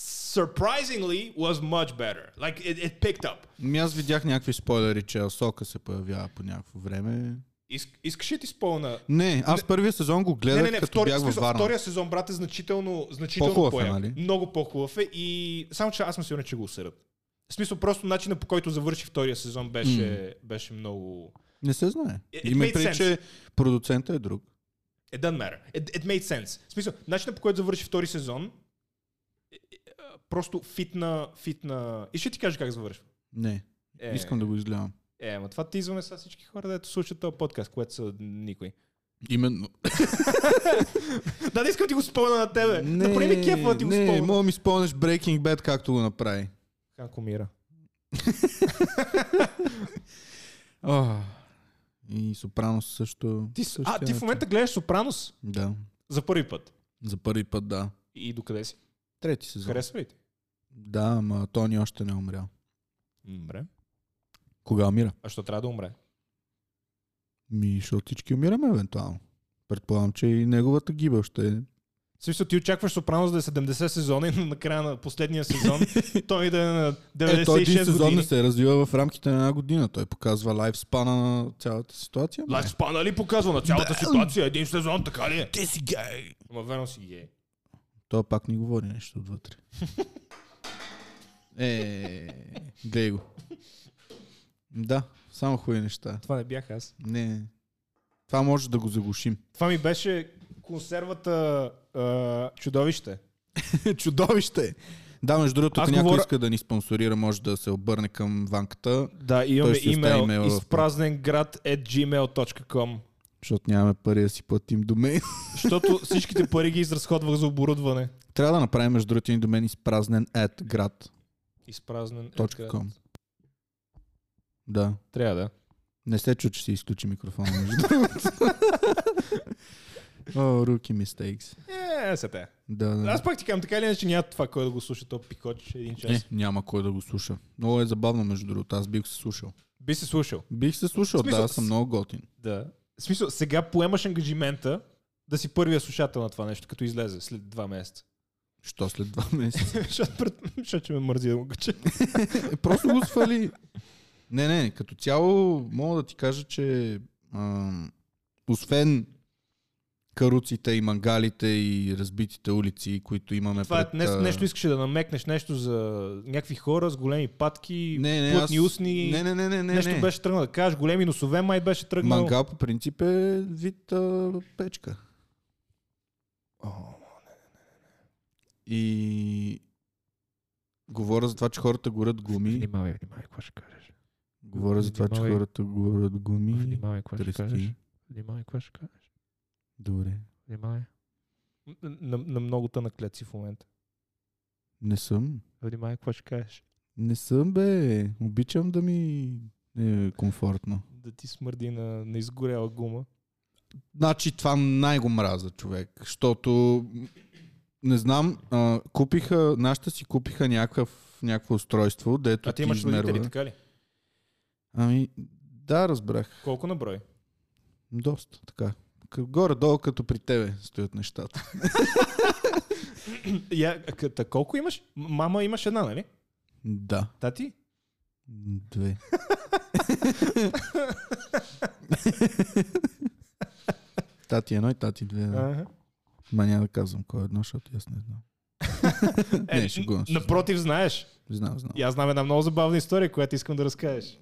surprisingly was much better. Like it, it picked up.
Ми Ами аз видях някакви спойлери, че Асока се появява по някакво време.
Иск, искаш ли ти спомна?
Не, аз първия сезон го гледах,
Не, не, не,
като
втори,
бях във
смисъл,
Варна.
втория сезон, брат, е значително, значително
По-хубав е,
по-як.
нали?
Много по-хубав е и само, че аз съм сигурен, че го усърят. В смисъл, просто начина по който завърши втория сезон беше, беше много...
Не се знае.
Е, It- it
Има
made
при,
sense.
че продуцента е друг.
It doesn't matter. It, it made sense. В смисъл, начинът по който завърши втори сезон, е- е, а, просто фитна, фитна... И ще ти кажа как завършва.
Не,
Е,
искам да го изгледам.
Е, ама това ти изваме сега всички хора, дето слушат този подкаст, което са никой.
Именно.
Да, да искам да ти го спомена на тебе. да поне ми е кефа да ти го
не,
спомена.
мога да ми спомнеш Breaking Bad, както го направи.
Как умира?
О, и Сопранос също.
Ти,
също
а, ти в момента гледаш Сопранос
Да,
за първи път.
за първи път, да.
И докъде си?
Трети сезон.
Харесва ли ти?
Да, ама Тони още не е умрял.
Умре.
Кога умира?
А що трябва да умре?
Ми, защото всички умираме евентуално. Предполагам, че и неговата гибел ще е.
В смисъл, ти очакваш Сопранос да е 70 сезона и на края на последния сезон той да е на
Е, той един
96
сезон не
години.
се развива в рамките на една година. Той показва лайфспана на цялата ситуация. ама е.
Лайфспана ли нали, показва на цялата ситуация? Един сезон, така ли е?
Ти си гей!
Ама верно си гей.
Той пак ни говори нещо отвътре. е, гледай го. Да, само хубави неща.
Това не бях аз.
Не. Това може да го заглушим.
Това ми беше консервата а, чудовище.
Чудовище! Да, между другото,
Аз
ако някой
говоря-
иска да ни спонсорира, може да се обърне към ванката,
Да,
Той
имаме
ще остави имейла
имейл
в-
изпразнен град at gmail.com
защото нямаме пари да си платим домейн.
Защото всичките пари ги изразходвах за оборудване.
Трябва да направим, между другото, един домен изпразнен at град.
Изпразнен at
Точка
град.
ком. Да.
Трябва да.
Не се чу, че си изключи микрофона, между другото. О, руки мистейкс.
Е, се те.
Да, да.
Аз пак ти казвам, така или иначе няма това, кой да го слуша, то пикоч един час.
Е, няма кой да го слуша. Много е забавно, между другото. Аз бих се слушал.
Би се слушал.
Бих се слушал,
В смисъл,
да, аз съм
с-
много готин.
Да. В смисъл, сега поемаш ангажимента да си първия слушател на това нещо, като излезе след два месеца.
Що след два месеца?
Защото пред- Защото ще ме мързи да му кача.
Е, Просто го свали. Не, не, като цяло мога да ти кажа, че ам, освен каруците и мангалите и разбитите улици, които имаме
Това е,
пред...
не,
а,
нещо искаше да намекнеш, нещо за някакви хора с големи патки,
не, не,
плътни
аз...
устни.
Не, не, не, не, не.
нещо
не.
беше тръгнал да кажеш, големи носове май беше тръгнал.
Мангал по принцип е вид а, печка. И говоря за това, че хората горят гуми.
Внимавай, внимавай, Е, какво ще кажеш.
Говоря за това, че
Внимавай.
хората горят гуми.
Внимавай, какво ще кажеш.
Тръсти.
Внимавай, какво ще кажеш.
Добре.
Внимавай.
На, на много тънък лед си в момента.
Не съм.
Внимавай, какво ще кажеш.
Не съм, бе. Обичам да ми е комфортно.
Да ти смърди на, на изгоряла гума.
Значи това най-го мраза човек, защото не знам, а, купиха, нашите си купиха някакъв, някакво устройство, дето
А ти имаш
измерва.
родители, така ли?
Ами, да, разбрах.
Колко на брой?
Доста, така. К- Горе-долу, като при тебе стоят нещата.
Я, ката, колко имаш? М- Мама имаш една, нали?
Да.
Тати?
Две. тати едно и тати две. Да.
Ага.
Ма няма да казвам кой е едно, защото аз не знам.
Е,
Не, шегувам се.
напротив, Е, знаеш.
Знам, знам.
И аз знам една много забавна история, която искам да разкажеш.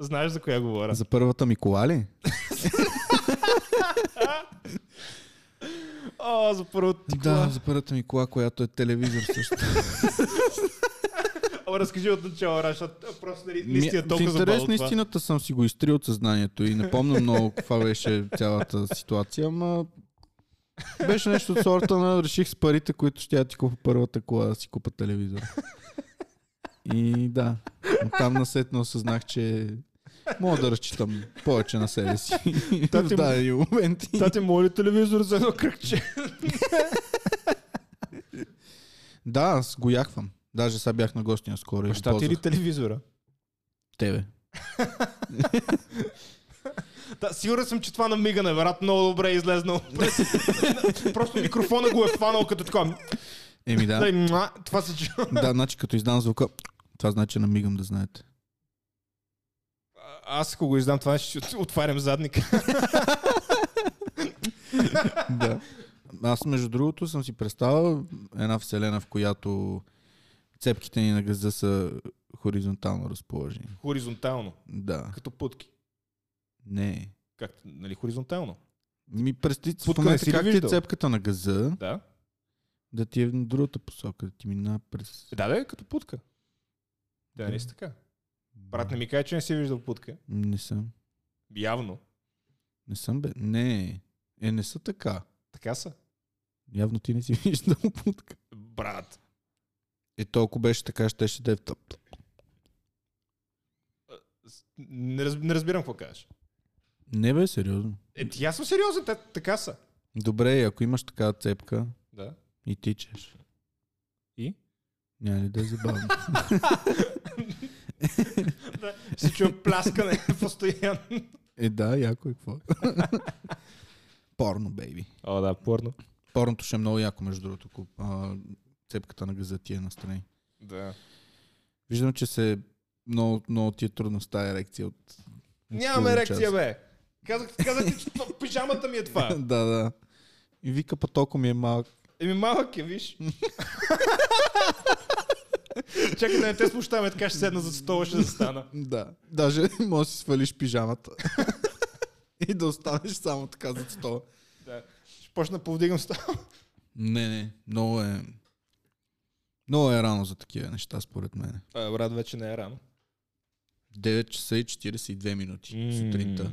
Знаеш за коя говоря.
За първата ми кола ли?
О, за първото ти
Да,
кола.
за първата ми кола, която е телевизор също.
Ама разкажи от начало, Раш, защото просто нали,
Ми,
наистина
в
толкова забавно
интерес
това.
на истината съм си го изтрил от съзнанието и не помня много каква беше цялата ситуация, ама беше нещо от сорта на реших с парите, които ще я ти купа първата кола да си купа телевизор. И да, оттам насетно осъзнах, че мога да разчитам повече на себе си в
Тати му-
дадени моменти.
Тати, моля ли телевизор за едно кръгче?
Да, аз го яхвам. Даже сега бях на гости наскоро и го
Баща ти или
ползвах.
телевизора?
Тебе.
Да, сигурен съм, че това намигане, вероятно, много добре е излезнало. Просто- Просто микрофона го е фанал като така.
Еми да.
Дай, муа, Това се чу.
Да, значи като издам звука, това значи че намигам да знаете.
А- Аз ако го издам това, ще си от- отварям задника.
да. Аз, между другото, съм си представил една вселена, в която цепките ни на газа са хоризонтално разположени.
Хоризонтално,
Да.
като путки.
Не.
Как, нали, хоризонтално.
Ми представи си в
Путка не
момента
си ли
как ти е
виждал?
цепката на газа,
Да.
да ти е в другата посока, да ти мина през...
Да, да, е като путка. Да, не си така. Брат, не ми кай, че не си виждал путка.
Не съм.
Явно.
Не съм бе. Не. Е, не са така.
Така са.
Явно ти не си виждал путка.
Брат.
Е, толкова беше така, щеше да е в топ.
с- Не, раз, не разбирам какво кажеш.
Не бе, сериозно.
Е, ти аз съм сериозен, те, така са.
Добре, ако имаш такава цепка
Да.
и тичаш.
И?
Няма ли да е забавно?
Се чува пляскане постоянно.
е, да, яко е какво. е. Порно, бейби.
О, да, порно.
Порното ще е много яко, между другото, ако а, цепката на газа ти е настрани.
Да.
Виждам, че се много, много ти е трудно с тази ерекция от...
Нямам
половин час.
ерекция, бе. Казах, казах ти, че това- пижамата ми е това.
да, да. И вика, па толкова ми е малък.
Еми малък е, виж. Чакай да не те смущаваме, така ще седна за стола, ще застана.
Да. Даже може да си свалиш пижамата. и да останеш само така за стола.
Да. Ще почна да повдигам стола.
Не, не. Много е... Много е рано за такива неща, според мен.
А, брат, вече не е рано.
9 часа и 42 минути сутринта.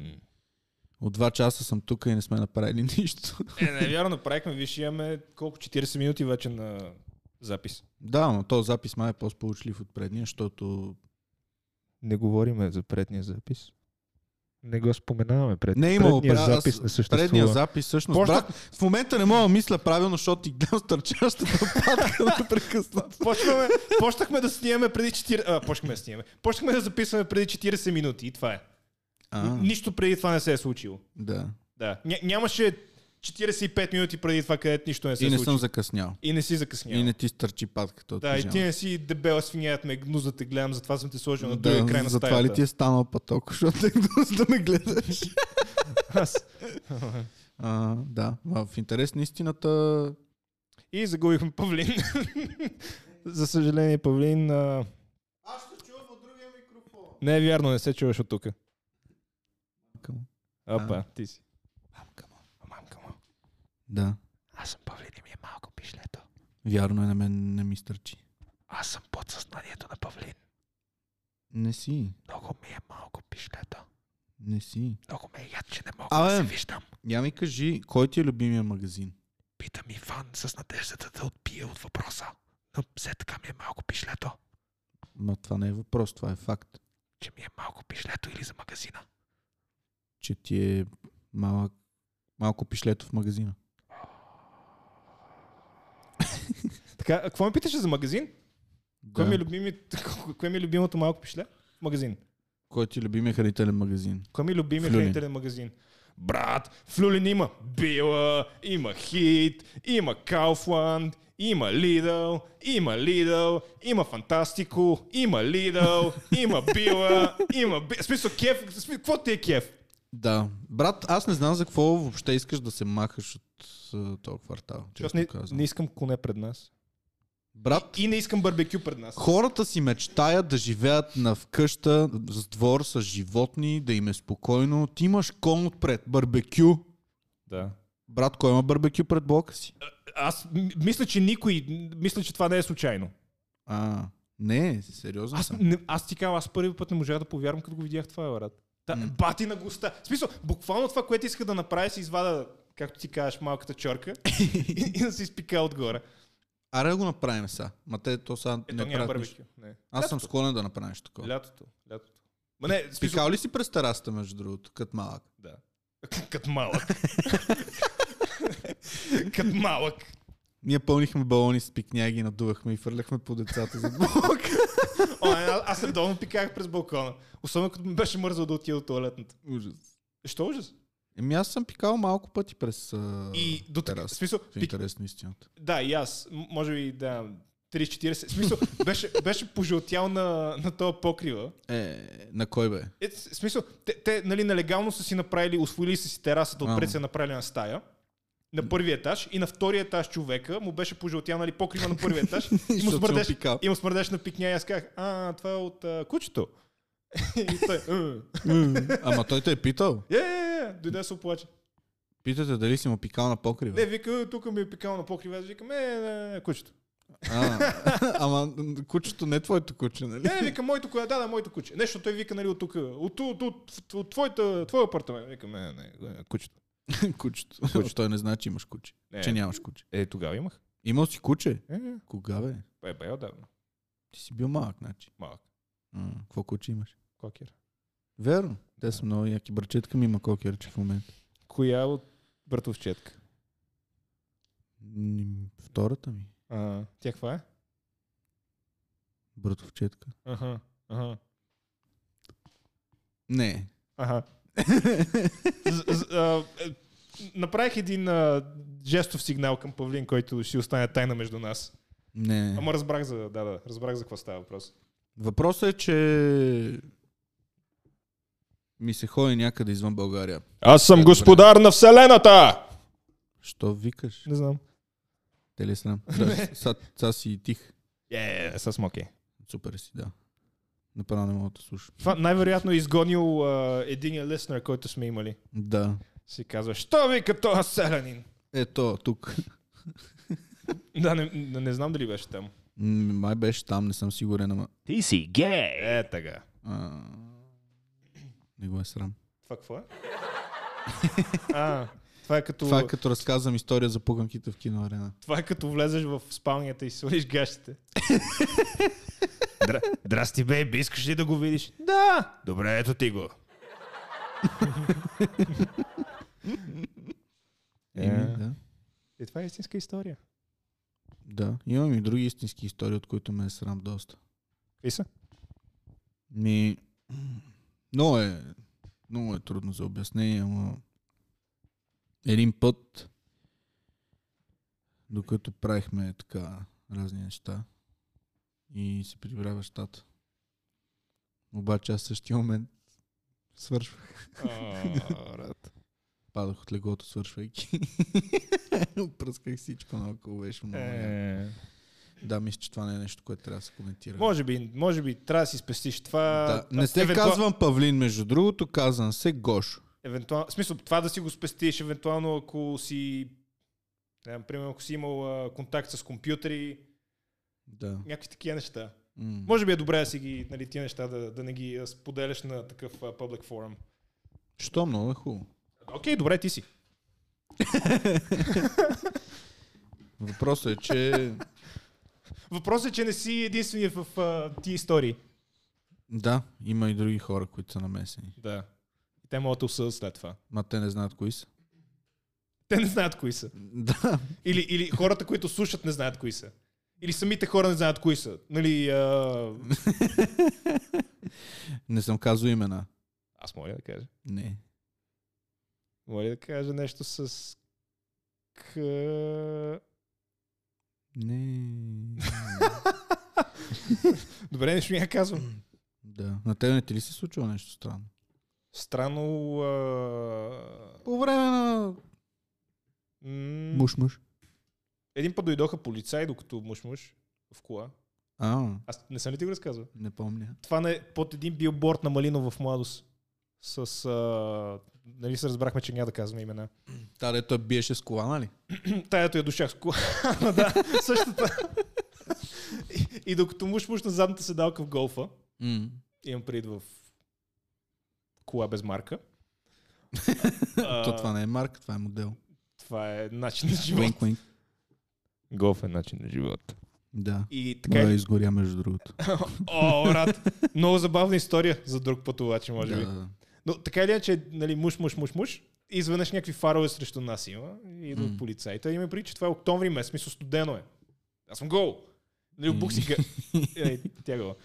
От 2 часа съм тук и не сме направили нищо.
Е, не, вярно, правихме, виж, имаме колко 40 минути вече на запис.
да, но този запис май е по-сполучлив от предния, защото...
Не говориме за предния запис. Не го споменаваме. Пред...
Не е имало пра- аз- Предния запис всъщност...
Почна-
Брат, в момента не мога да мисля правилно, защото ти гледам стърчащата патка непрекъснато.
Почваме, почнахме да снимаме преди 40... А, почнахме да снимаме. Почнахме да записваме преди 40 минути и това е.
А,
Нищо преди това не се е случило.
да.
Да. Ня, нямаше 45 минути преди това, където нищо не се
И не
случи.
съм закъснял.
И не си закъснял.
И не ти стърчи патката от
Да, и
пижама.
ти не си дебела свинята ме гнуза те гледам, затова съм те сложил на другия
Да,
край на
затова ли
стаята.
ти е станал пъток, защото е гнусно да ме гледаш.
Аз.
А, да, в интерес на истината
И загубихме Павлин. За съжаление, Павлин... А... Аз ще чувам от другия микрофон. Не е вярно, не се чуваш от тук.
Камо.
Апа,
А.
ти си.
Мамка му.
Да,
Аз съм Павлин и ми е малко пишлето.
вярно е на мен не ми стърчи.
Аз съм подсъзнанието на Павлин.
Не си,
Много ми е малко пишлето.
не си.
Много ме е яд, че не мога
Абе.
да се виждам.
Я ми кажи, кой ти е любимия магазин?
Питам Иван с надеждата да отбие от въпроса. Но все така ми е малко пишлето.
Ма това не е въпрос, това е факт.
Че ми е малко пишлето или за магазина.
Че ти е малък, малко пишлето в магазина.
Така, а какво ме питаше за магазин? Кой,
Да.
ми е любими... Кой ми е любимото малко пишле? Магазин.
Кой ти е любимия хранителен магазин?
Кой ми е любимия
Флюлин.
хранителен магазин? Брат, Флюлин има Била, има Хит, има Кауфланд, има Лидъл, има Лидъл, има Фантастико, има Лидъл, има Била, има Би... В смисъл, кеф, в смисъл, какво ти е кеф?
Да. Брат, аз не знам за какво въобще искаш да се махаш от а, този квартал.
Аз
Честно
не,
казвам.
не искам коне пред нас.
Брат,
И не искам барбекю пред нас.
Хората си мечтаят да живеят на вкъща, с двор, с животни, да им е спокойно. Ти имаш кон отпред, барбекю.
Да.
Брат, кой има барбекю пред блока си?
Аз м- мисля, че никой... Мисля, че това не е случайно.
А, не, сериозно
Аз,
съм.
не, аз ти казвам, аз първи път не можах да повярвам, като го видях това, брат. Та, Бати на госта. В смисъл, буквално това, което иска да направя, си извада, както ти кажеш, малката чорка и, и да се изпика отгоре.
Аре да го направим сега. Ма те то сега
Ето
Е, не
няма
правят нищо.
барбекю. Не.
Аз съм склонен да направя нещо
Лятото,
такова.
Лятото. Лятото. Ма не, в смисъл,
Пикал ли си през тераста, между другото, като малък?
да. Кът малък. Кът малък.
Ние пълнихме балони с пикняги, надувахме и фърляхме по децата за блока.
О, не, а- аз редовно пиках през балкона. Особено като ми беше мързал да отида до туалетната. Е,
Ужас.
Що ужас?
Еми аз съм пикал малко пъти през а...
И до така. В
терас.
смисъл,
В
пик,
интерес на истината.
Да, и аз. М- Може би да. 30-40. В смисъл, беше, беше пожълтял на, на този покрива.
Е, на кой бе?
Е, в смисъл, те, те нали, нелегално са си направили, освоили са си терасата,
Ама.
отпред са направили на стая. На първия етаж и на втория етаж човека му беше пожълтял, нали, покрива на първия етаж. И му
Защото съм
смърдеш,
пикал.
и му смърдеш на пикня и аз казах, а, това е от а, кучето. И той, «М,
Ама той те е питал.
е, е, е, дойде да се оплаче.
Питате дали си му пикал на покрива.
Не, вика, «Е, тук ми е пикал на покрива. Аз викам, е, не, не, кучето.
А, ама кучето не е твоето куче, нали?
Не, не, вика, моето кое, да, да, моето куче. Нещо той вика, нали, от тук, от, от, от, от твоята, твоя апартамент. Викам, не, не, не, кучето.
Кучето. Кучето. Той не знае, че имаш куче.
Не.
Че нямаш куче.
Е, тогава имах.
Имал си куче?
Е, е,
Кога бе?
бе, бе, отдавна.
Ти си бил малък, значи.
Малък.
М, Какво куче имаш?
Кокер.
Верно. Те са много яки. Братчетка ми има кокерче в момента.
Коя от братовчетка?
М, Втората ми.
А, тя каква е?
Братовчетка.
Аха, аха.
Не.
Аха. З- з- а, е, Направих един а, жестов сигнал към Павлин, който ще остане тайна между нас.
Не.
Ама разбрах за, да, да, разбрах за какво става въпрос.
Въпросът е, че ми се ходи някъде извън България.
Аз съм
господар
на Вселената!
Що викаш?
Не знам.
Те ли е срам? Да, са, са си тих.
Е, с моки.
Супер е си, да. Направо не мога да слушам.
Това най-вероятно е изгонил а, единия леснер, който сме имали.
Да.
Си казва, що ви като селянин?
Ето, тук.
Да, не, не, не знам дали беше там.
М, Май беше там, не съм сигурен, ама...
Ти си гей!
Е, така.
А... Не го е срам.
Това какво е? а, това е като...
Това е като разказвам история за пуканките в киноарена.
Това е като влезеш в спалнята и свалиш гащите. Дра- Здрасти, бейби, искаш ли да го видиш? Да! Добре, ето ти го. Е.
Еми, да.
И това е истинска история.
Да. Имам и други истински истории, от които ме е срам доста.
Какви са?
Ми... Много е... Много е трудно за обяснение, ама... Един път, докато правихме така разни неща и се прибра бащата. Обаче аз в същия момент свършвах. Падах от легото, свършвайки. Пръсках всичко наоколо, беше много. яко.
Е.
Да, мисля, че това не е нещо, което трябва да се коментира.
Може би, може би трябва да си спестиш това.
Да. Не се
Евентуал-
казвам Павлин, между другото, казвам се Гошо.
Евентуал... В смисъл, това да си го спестиш, евентуално ако си... Не, знам, примерно, ако си имал а, контакт с компютъри,
Да.
някакви такива неща.
М.
Може би е добре да си ги, нали, тия неща да, да не ги а, споделяш на такъв а, public forum.
Що много е хубаво.
Окей, добре, ти си.
Въпросът е, че
Въпросът е, че не си единственият в а, тия истории.
да, има и други хора, които са намесени.
Да. И те могат да осъдят след това.
Ма те не знаят кои са.
Те не знаят кои са.
Да,
Или, или хората, които слушат, не знаят кои са. Или самите хора не знаят кои са. Нали, а...
не съм казал имена.
Аз мога ли да кажа?
Не.
Моля да кажа нещо с... К...
Не.
Добре, нещо ми я казвам.
да. На тебе не ти ли се случва нещо странно?
Странно... А...
По време на...
м,
Муш-муш.
Един път дойдоха полицаи, докато муш-муш в кола.
А,
Аз не съм ли ти го разказвал?
не помня.
Това не, под един билборд на Малино в младост. С... А... Нали се разбрахме, че няма да казваме имена.
Та, дето я биеше с кола, нали?
Таято я душах с кола. Ама да, същата. и, и докато муш-муш на задната седалка в голфа,
М.
имам прид в кола без марка.
То това не е марка, това е модел.
това е начин на живот.
Уинк, уинк.
Голф е начин на живот.
Да.
И така
Моя
е.
изгоря, между другото.
О, брат. Много забавна история за друг път обаче, може би.
Да, да.
Но така или иначе, нали, муш, муш, муш, муш. И изведнъж някакви фарове срещу нас има. И идват
М.
полицаите. Има преди, че това е октомври месец, смисъл студено е. Аз съм гол. Нали, обух си га... Ей, тя гола.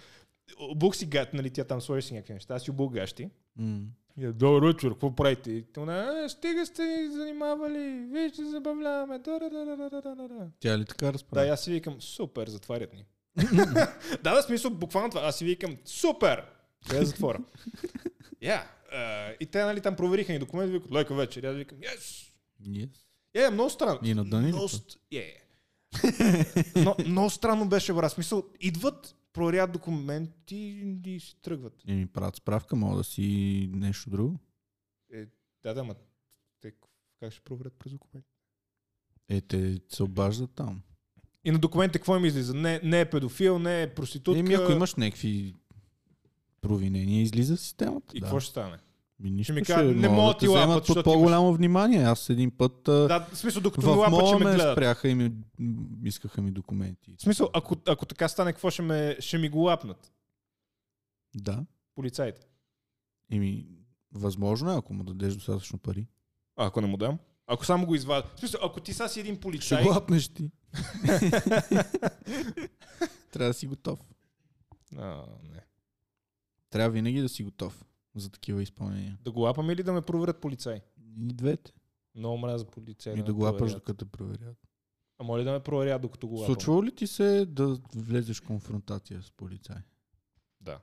Обух си гат, нали, тя там сложи си някакви неща. Аз си обух гащи.
М.
И е, Добър вечер, какво правите? И тя, «Е, стига сте ни занимавали, вижте, забавляваме. Да, да, да, да, да, да, да, да.
Тя ли така
Да, и
разправя?
аз си викам, супер, затварят ни. да, да, в смисъл, буквално това. Аз си викам, супер! Къде е затвора? Я. е, и те, нали, там провериха ни документи, викат, лека вечер. И Аз викам, yes!
Yes.
Е, много странно.
И на Дани ли
Много
това?
ст- Е. Но, много странно беше, брат. В Смисъл, идват проверяват документи и си тръгват.
И ми правят справка, мога да си нещо друго.
Да, да, ма те как ще проверят през документ?
Е, те се обаждат там.
И на документите какво им излиза? Не, не е педофил, не е проститутка.
Еми, ако имаш някакви провинения, излиза в системата.
И
да.
какво ще стане?
Ми, нищо
ми кажат, не мога ти
те
лапат,
вземат
защото
под по-голямо внимание. Аз един път да,
Да, в смисъл, докато ми
в
лапа,
мола
че ме
ме
гледат.
спряха и ми м, искаха ми документи.
В смисъл, ако, ако така стане, какво ще, ме, ще ми го лапнат
Да.
полицаите?
И ми, възможно е, ако му дадеш достатъчно пари.
А, ако не му дам? Ако само го извадят. В смисъл, ако ти са си един
Ще
полицай,
го лапнеш ти. Трябва да си готов.
а, не.
Трябва винаги да си готов за такива изпълнения.
да го лапаме или да ме проверят полицай?
И двете.
Много мраза полицай.
И да го лапаш докато те проверят.
А моля да ме проверят, докато го лапам.
Случва ли ти се да влезеш в конфронтация с полицай?
Да.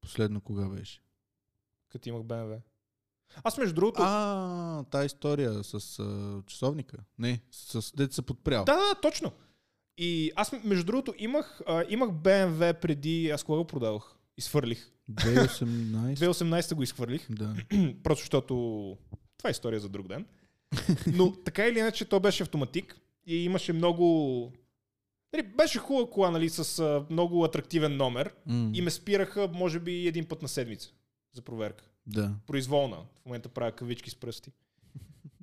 Последно кога беше?
Като имах БМВ. Аз между другото...
А, та история с а, часовника. Не, с дете се подпрял.
Да, да, точно. И аз, между другото, имах, а, имах BMW преди... Аз кога го продавах? Изхвърлих.
2018.
2018 го изхвърлих,
да.
просто защото... Това е история за друг ден. Но така или иначе, то беше автоматик и имаше много... Нали, беше хубава кола, нали, с а, много атрактивен номер
М,
и ме спираха, може би, един път на седмица за проверка.
да.
произволна. В момента правя кавички с пръсти.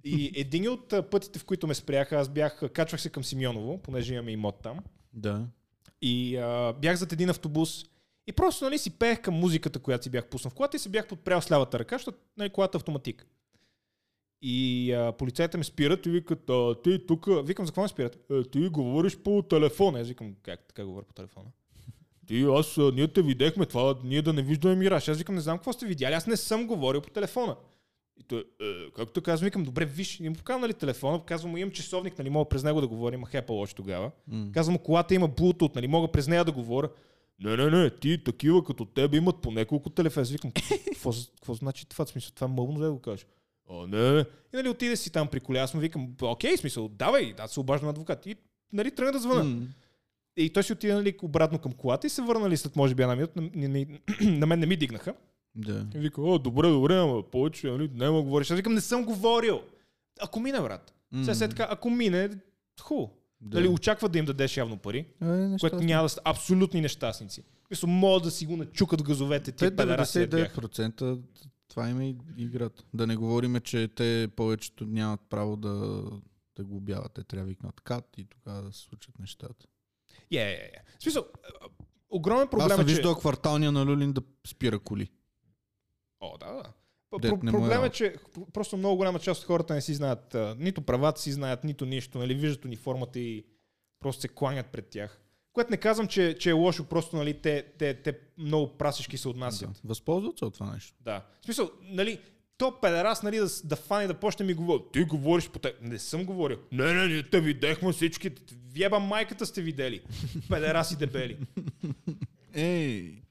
И един от а, пътите, в които ме спряха, аз бях, а, качвах се към Симеоново, понеже имаме имот там.
Да.
И а, бях зад един автобус. И просто нали, си пеех към музиката, която си бях пуснал в колата и се бях подпрял с лявата ръка, защото нали, колата е автоматик. И а, полицаите ме спират и викат, а, ти тук, викам, за какво ме спират? Е, ти говориш по телефона. Аз викам, как така говоря по телефона? Ти, аз, а, ние те видяхме това, ние да не виждаме мираж. Аз викам, не знам какво сте видяли, аз не съм говорил по телефона. И той, е, както казвам, викам, добре, виж, им показвам нали, телефона, казвам му, имам часовник, нали мога през него да говоря, имах Apple Watch тогава.
М.
Казвам, колата има Bluetooth, нали, мога през нея да говоря. Не, не, не, ти такива като теб имат по няколко телефона. Аз Викам, какво, какво значи това? В смисъл, това мълно да го кажа. А, не. И нали, отиде си там при коля, аз му викам, окей, в смисъл, давай, аз се обаждам на адвокат. И нали, тръгна да звъна.
М,
И той си отиде нали, обратно към колата и се върнали след може би една минута. На, на, на, на мен не ми дигнаха.
Да.
И вика, о, добре, добре, ама повече, нали, няма да говориш. Аз викам, не съм говорил. Ако мине, брат.
М,
Сега, сега така, ако мине, хубаво.
да.
Нали, очаква да им дадеш явно пари
Е, неща
което няма да са абсолютни нещастници. Мисля, могат да си го начукат газовете,
Те
тия педераси да бяха.
99% това им е играта. Да не говориме, че те повечето нямат право да, да го обяват. Те трябва да викнат кат и тогава да се случат нещата.
Е, е, е. В смисъл, а, огромен проблем
Аз
е,
съм
че...
виждал кварталния на Люлин да спира коли.
О, да, да. П-
Дет
Про-
не му е
проблем е,
работа.
че просто много голяма част от хората не си знаят а, нито правата си знаят, нито нищо. Нали, виждат униформата и просто се кланят пред тях. Което не казвам, че, че е лошо, просто нали, те, те, те много прасишки се отнасят.
Да. Възползват се от това нещо.
Да. В смисъл, нали, то педерас, нали, да, с- да фане да почне ми говори. Ти говориш по те. Не съм говорил. Не, не, не, те видяхме всички. Веба майката сте видели. Педераси дебели.
Ей!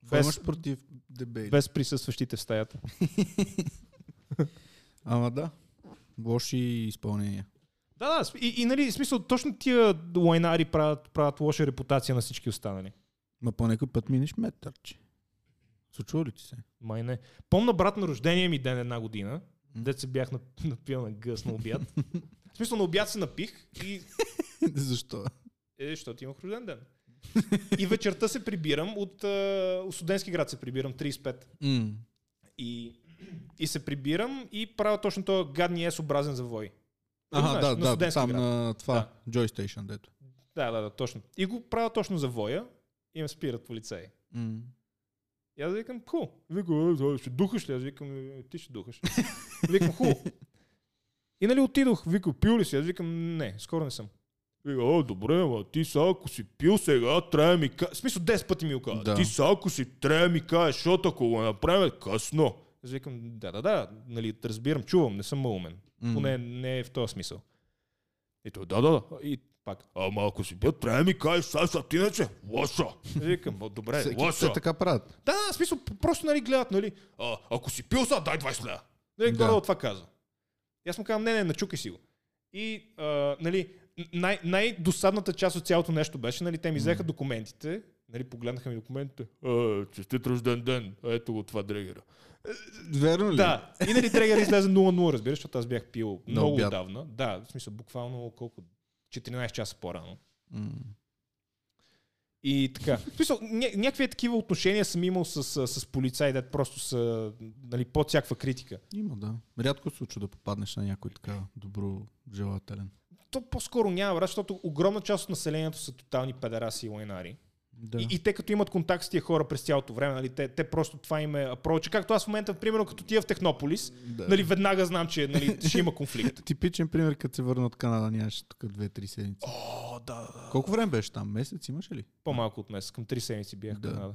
Какво
Без-
имаш против дебели?
Без присъстващите в стаята.
Ама да. Лоши изпълнения.
Да, да. с- И, и нали, в смисъл, точно тия лайнари правят, правят лоша репутация на всички останали.
Ма по някой път минеш метърче. Случва ли ти се?
Май не. Помна брат на рождение ми ден една година. Дет се бях нап- напил на гъс на обяд. В смисъл, на обяд се напих и
Защо?
Е, защото имах рожден ден. И вечерта се прибирам от, а, от студентски град се прибирам, 35.
М,
И, и се прибирам и правя точно този гадния S-образен завой.
Ага,
знаеш, на
да, да,
студентски
там
град.
на това, Joy Station, дето.
Да, да, да, точно. И го правя точно завоя и ме спират полицаи.
М.
И аз викам, ху. Викам, «Е, е, ще духаш ли? Аз викам, «Е, ти ще духаш. Викам, ху. И нали отидох, викам, пил ли си? Аз викам, не, скоро не съм. Вика, о, добре, ама ти са, ако си пил сега, трябва да ми кажеш. Смисъл, 10 пъти ми го казва.
Да.
Ти са, ако си, трябва да ми кажеш, защото ако го направя, късно. Аз викам, да, да, да, нали, разбирам, чувам, не съм малумен.
М.
Поне не е в този смисъл. И той, да, да, да. И пак, ама ако си пил, трябва да ми кажеш, Саша, ти иначе, лошо. Аз Викам, «О, добре,
Всеки-
лошо.
Те така правят.
Да, да, в смисъл, п- просто нали гледат, нали, а, ако си пил са, дай 20 лева. Нали,
Да.
да. това каза. И аз му казвам, не, не, начукай си го. И, а, нали, най- най-досадната част от цялото нещо беше, нали, те ми взеха документите, нали, погледнаха ми документите. Е, честит рожден ден, ето го това дрегера.
Верно ли?
Да, и нали трегър излезе 0-0, разбираш, защото аз бях пил много
обяд.
отдавна. Да, в смисъл буквално колко? 14 часа по-рано.
М.
И така. В смисъл, ня- някакви е такива отношения съм имал с, а, с полицаи, да просто са нали, под всякаква критика.
Има, да. Рядко се случва да попаднеш на някой така добро желателен.
То по-скоро няма, брат, защото огромна част от населението са тотални педараси и лайнари.
Да.
И, и те като имат контакт с тия хора през цялото време, нали, те, те просто това им е апроча. Както аз в момента, примерно, като тия в Технополис,
да.
нали, веднага знам, че нали, ще има конфликт.
Типичен пример, като се върна от Канада, нямаше тук 2-3 седмици.
О, да, да.
Колко време беше там? Месец имаше ли?
По-малко от месец, към три седмици бях в
Да.
Канада.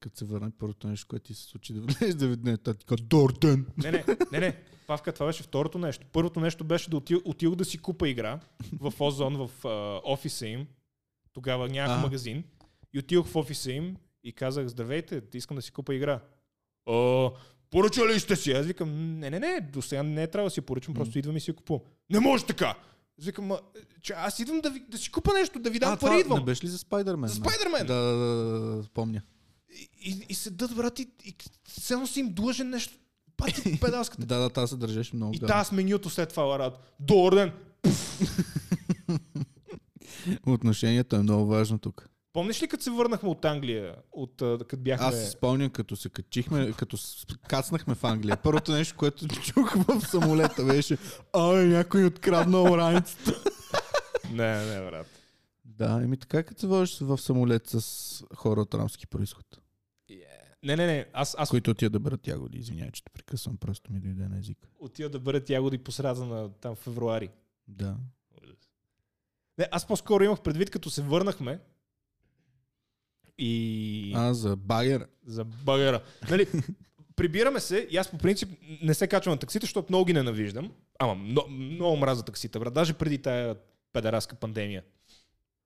Като се върна, първото нещо, което ти се случи да влезеш да видне, та ти казва, Дортен!
Не, не, не, не. Павка, това беше второто нещо. Първото нещо беше да отидох, отидох да си купа игра в Озон, в а, офиса им. Тогава нямах
А.
магазин. И отидох в офиса им и казах, здравейте, искам да си купа игра. О, поръчали сте си? Аз викам, не, не, не, до сега не е трябва да си поръчам, просто идвам и си я купувам. Не може така! Аз викам, «Ма, че аз идвам да, ви, да си купа нещо, да ви дам
а,
пари, идвам.
не беше ли за Спайдермен?
За
не?
Спайдермен!
Да, да, да, да, да, спомня.
И, и, и седат, брат, и, и цено си им длъжен нещо. Пати педалската
Да, да, тази се държеше много
И
гадно.
тази с менюто след това ларат. Дорден.
Отношението е много важно тук.
Помниш ли като се върнахме от Англия, от а, като бяхме...
Аз си спомням, като се качихме, като с- кацнахме в Англия. Първото нещо, което чух в самолета беше Ай, някой открадна оранцата.
Не, не, брат.
Да, еми така като се водиш в самолет с хора от рамски происход,
Не, не, не. Аз, аз
които отиват да берат ягоди. Извинявай, че те прекъсвам, просто ми дойде на език.
отида да бъдат ягоди по среда на там в февруари.
Да.
Не, аз по-скоро имах предвид, като се върнахме и а?
А, за багер.
за багера. Нали, прибираме се и аз по принцип не се качвам на таксита, защото много ги ненавиждам. Ама много, много мраза таксита, брат. Даже преди тая педараска пандемия.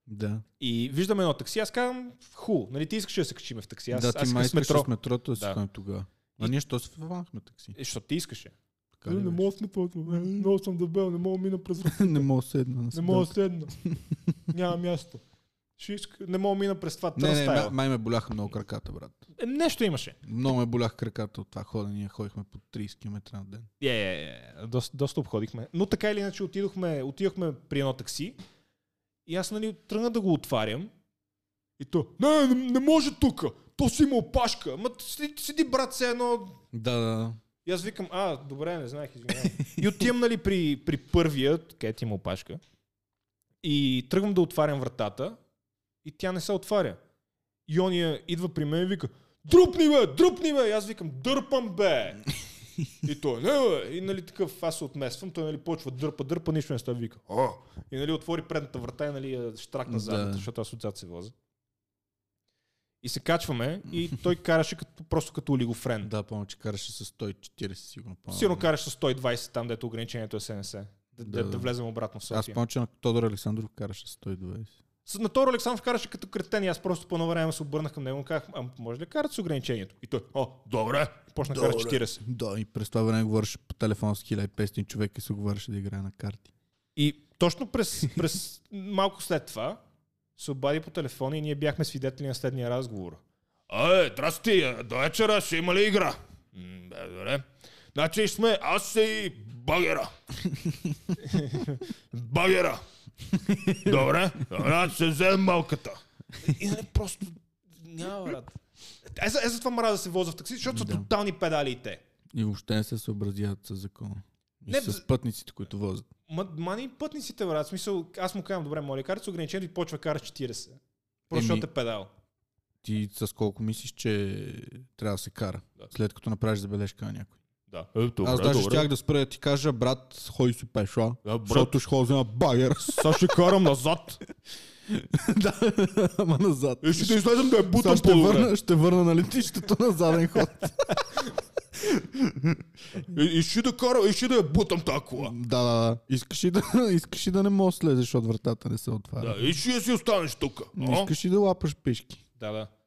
Да.
И виждаме едно такси, аз казвам, ху, нали ти искаш да се качиме в такси, аз,
да,
аз
ти
искам
май
с
искаш
метро.
с метрото да си
Да.
ходим тогава. А
И-
ние що се върнахме такси?
Е, Защото ти искаше.
Така ли беше?
с метрото, много съм дебел, не мога да мина през
не Е, мога да седна. на седалка.
седна. Няма място. Не мога да мина през това.
Не, не, май, май ме боляха много краката, брат.
Е, Нещо имаше.
Много ме болях краката от това ходене. Ходихме по 30 км на ден.
Е, е, е, доста, доста обходихме. Но така или иначе отидохме, отидохме при едно такси и аз нали тръгна да го отварям. И то, не, не, не може тука. То си има опашка. Ма седи, седи брат, се едно
Да, да, да.
И аз викам, а, добре, не знаех, извинявай. И отивам, нали, при, при първия, където има опашка, и тръгвам да отварям вратата, и тя не се отваря. И ония идва при мен и вика, дръпни бе, дръпни бе! И аз викам, дърпам бе! И той, не бе! И нали такъв, аз се отмествам, той нали почва дърпа, дърпа, нищо не става, вика, а! И нали отвори предната врата и нали я штракна
Да.
задната, защото аз отзад се возя. И се качваме и той караше като, просто като олигофрен.
Да, помня, че караше с 140 сигурно. Помня.
Сигурно караш с 120 там, дето ограничението е 70. Да, да,
Да.
да влезем обратно в
Аз
София.
помня, че на Тодор Александров караше с 120.
С- На Торо Александров караше като кретен и аз просто по едно време се обърнах към него и му казах, а може ли да карат с ограничението? И той, о, добре, почна да кара
Добре.
40.
Да, и през това време говореше по телефон с 1500 човека и се говореше да играе на карти.
И точно през, през малко след това се обади по телефона и ние бяхме свидетели на следния разговор. Е, здрасти, а, до вечера ще има ли игра? М, бе, добре. Значи сме аз и багера. багера. добре, добре, аз ще вземем малката. И нали, просто няма брат. Е, за, е за това мразя да се возя в такси, защото са
Да.
тотални педали и те.
И въобще не се съобразяват с закона. И
Не,
с пътниците, които возят.
Ма, мани пътниците, брат. В Смисъл, аз му казвам, добре, моля, карат с ограничението и почва кара 40. Просто
Еми.
защото е педал.
Ти с колко мислиш, че трябва да се кара,
Да.
след като направиш забележка на някой.
Да. Е, добре,
Аз даже щях да спра да ти кажа, брат, хой си пеша,
Да, брат.
защото ще ходи на багер.
Сега ще карам назад.
да, ама назад.
И ще излезем да я
Сега
бутам
ще, върна, ще върна на летището на заден ход.
И, и, ще да карам, и ще да я бутам тази кола.
да, да, да. Искаш и да, искаш и да не можеш да слезеш от вратата, не се отваря.
и ще си останеш тук.
Да. Искаш и да лапаш пешки.
Да, да.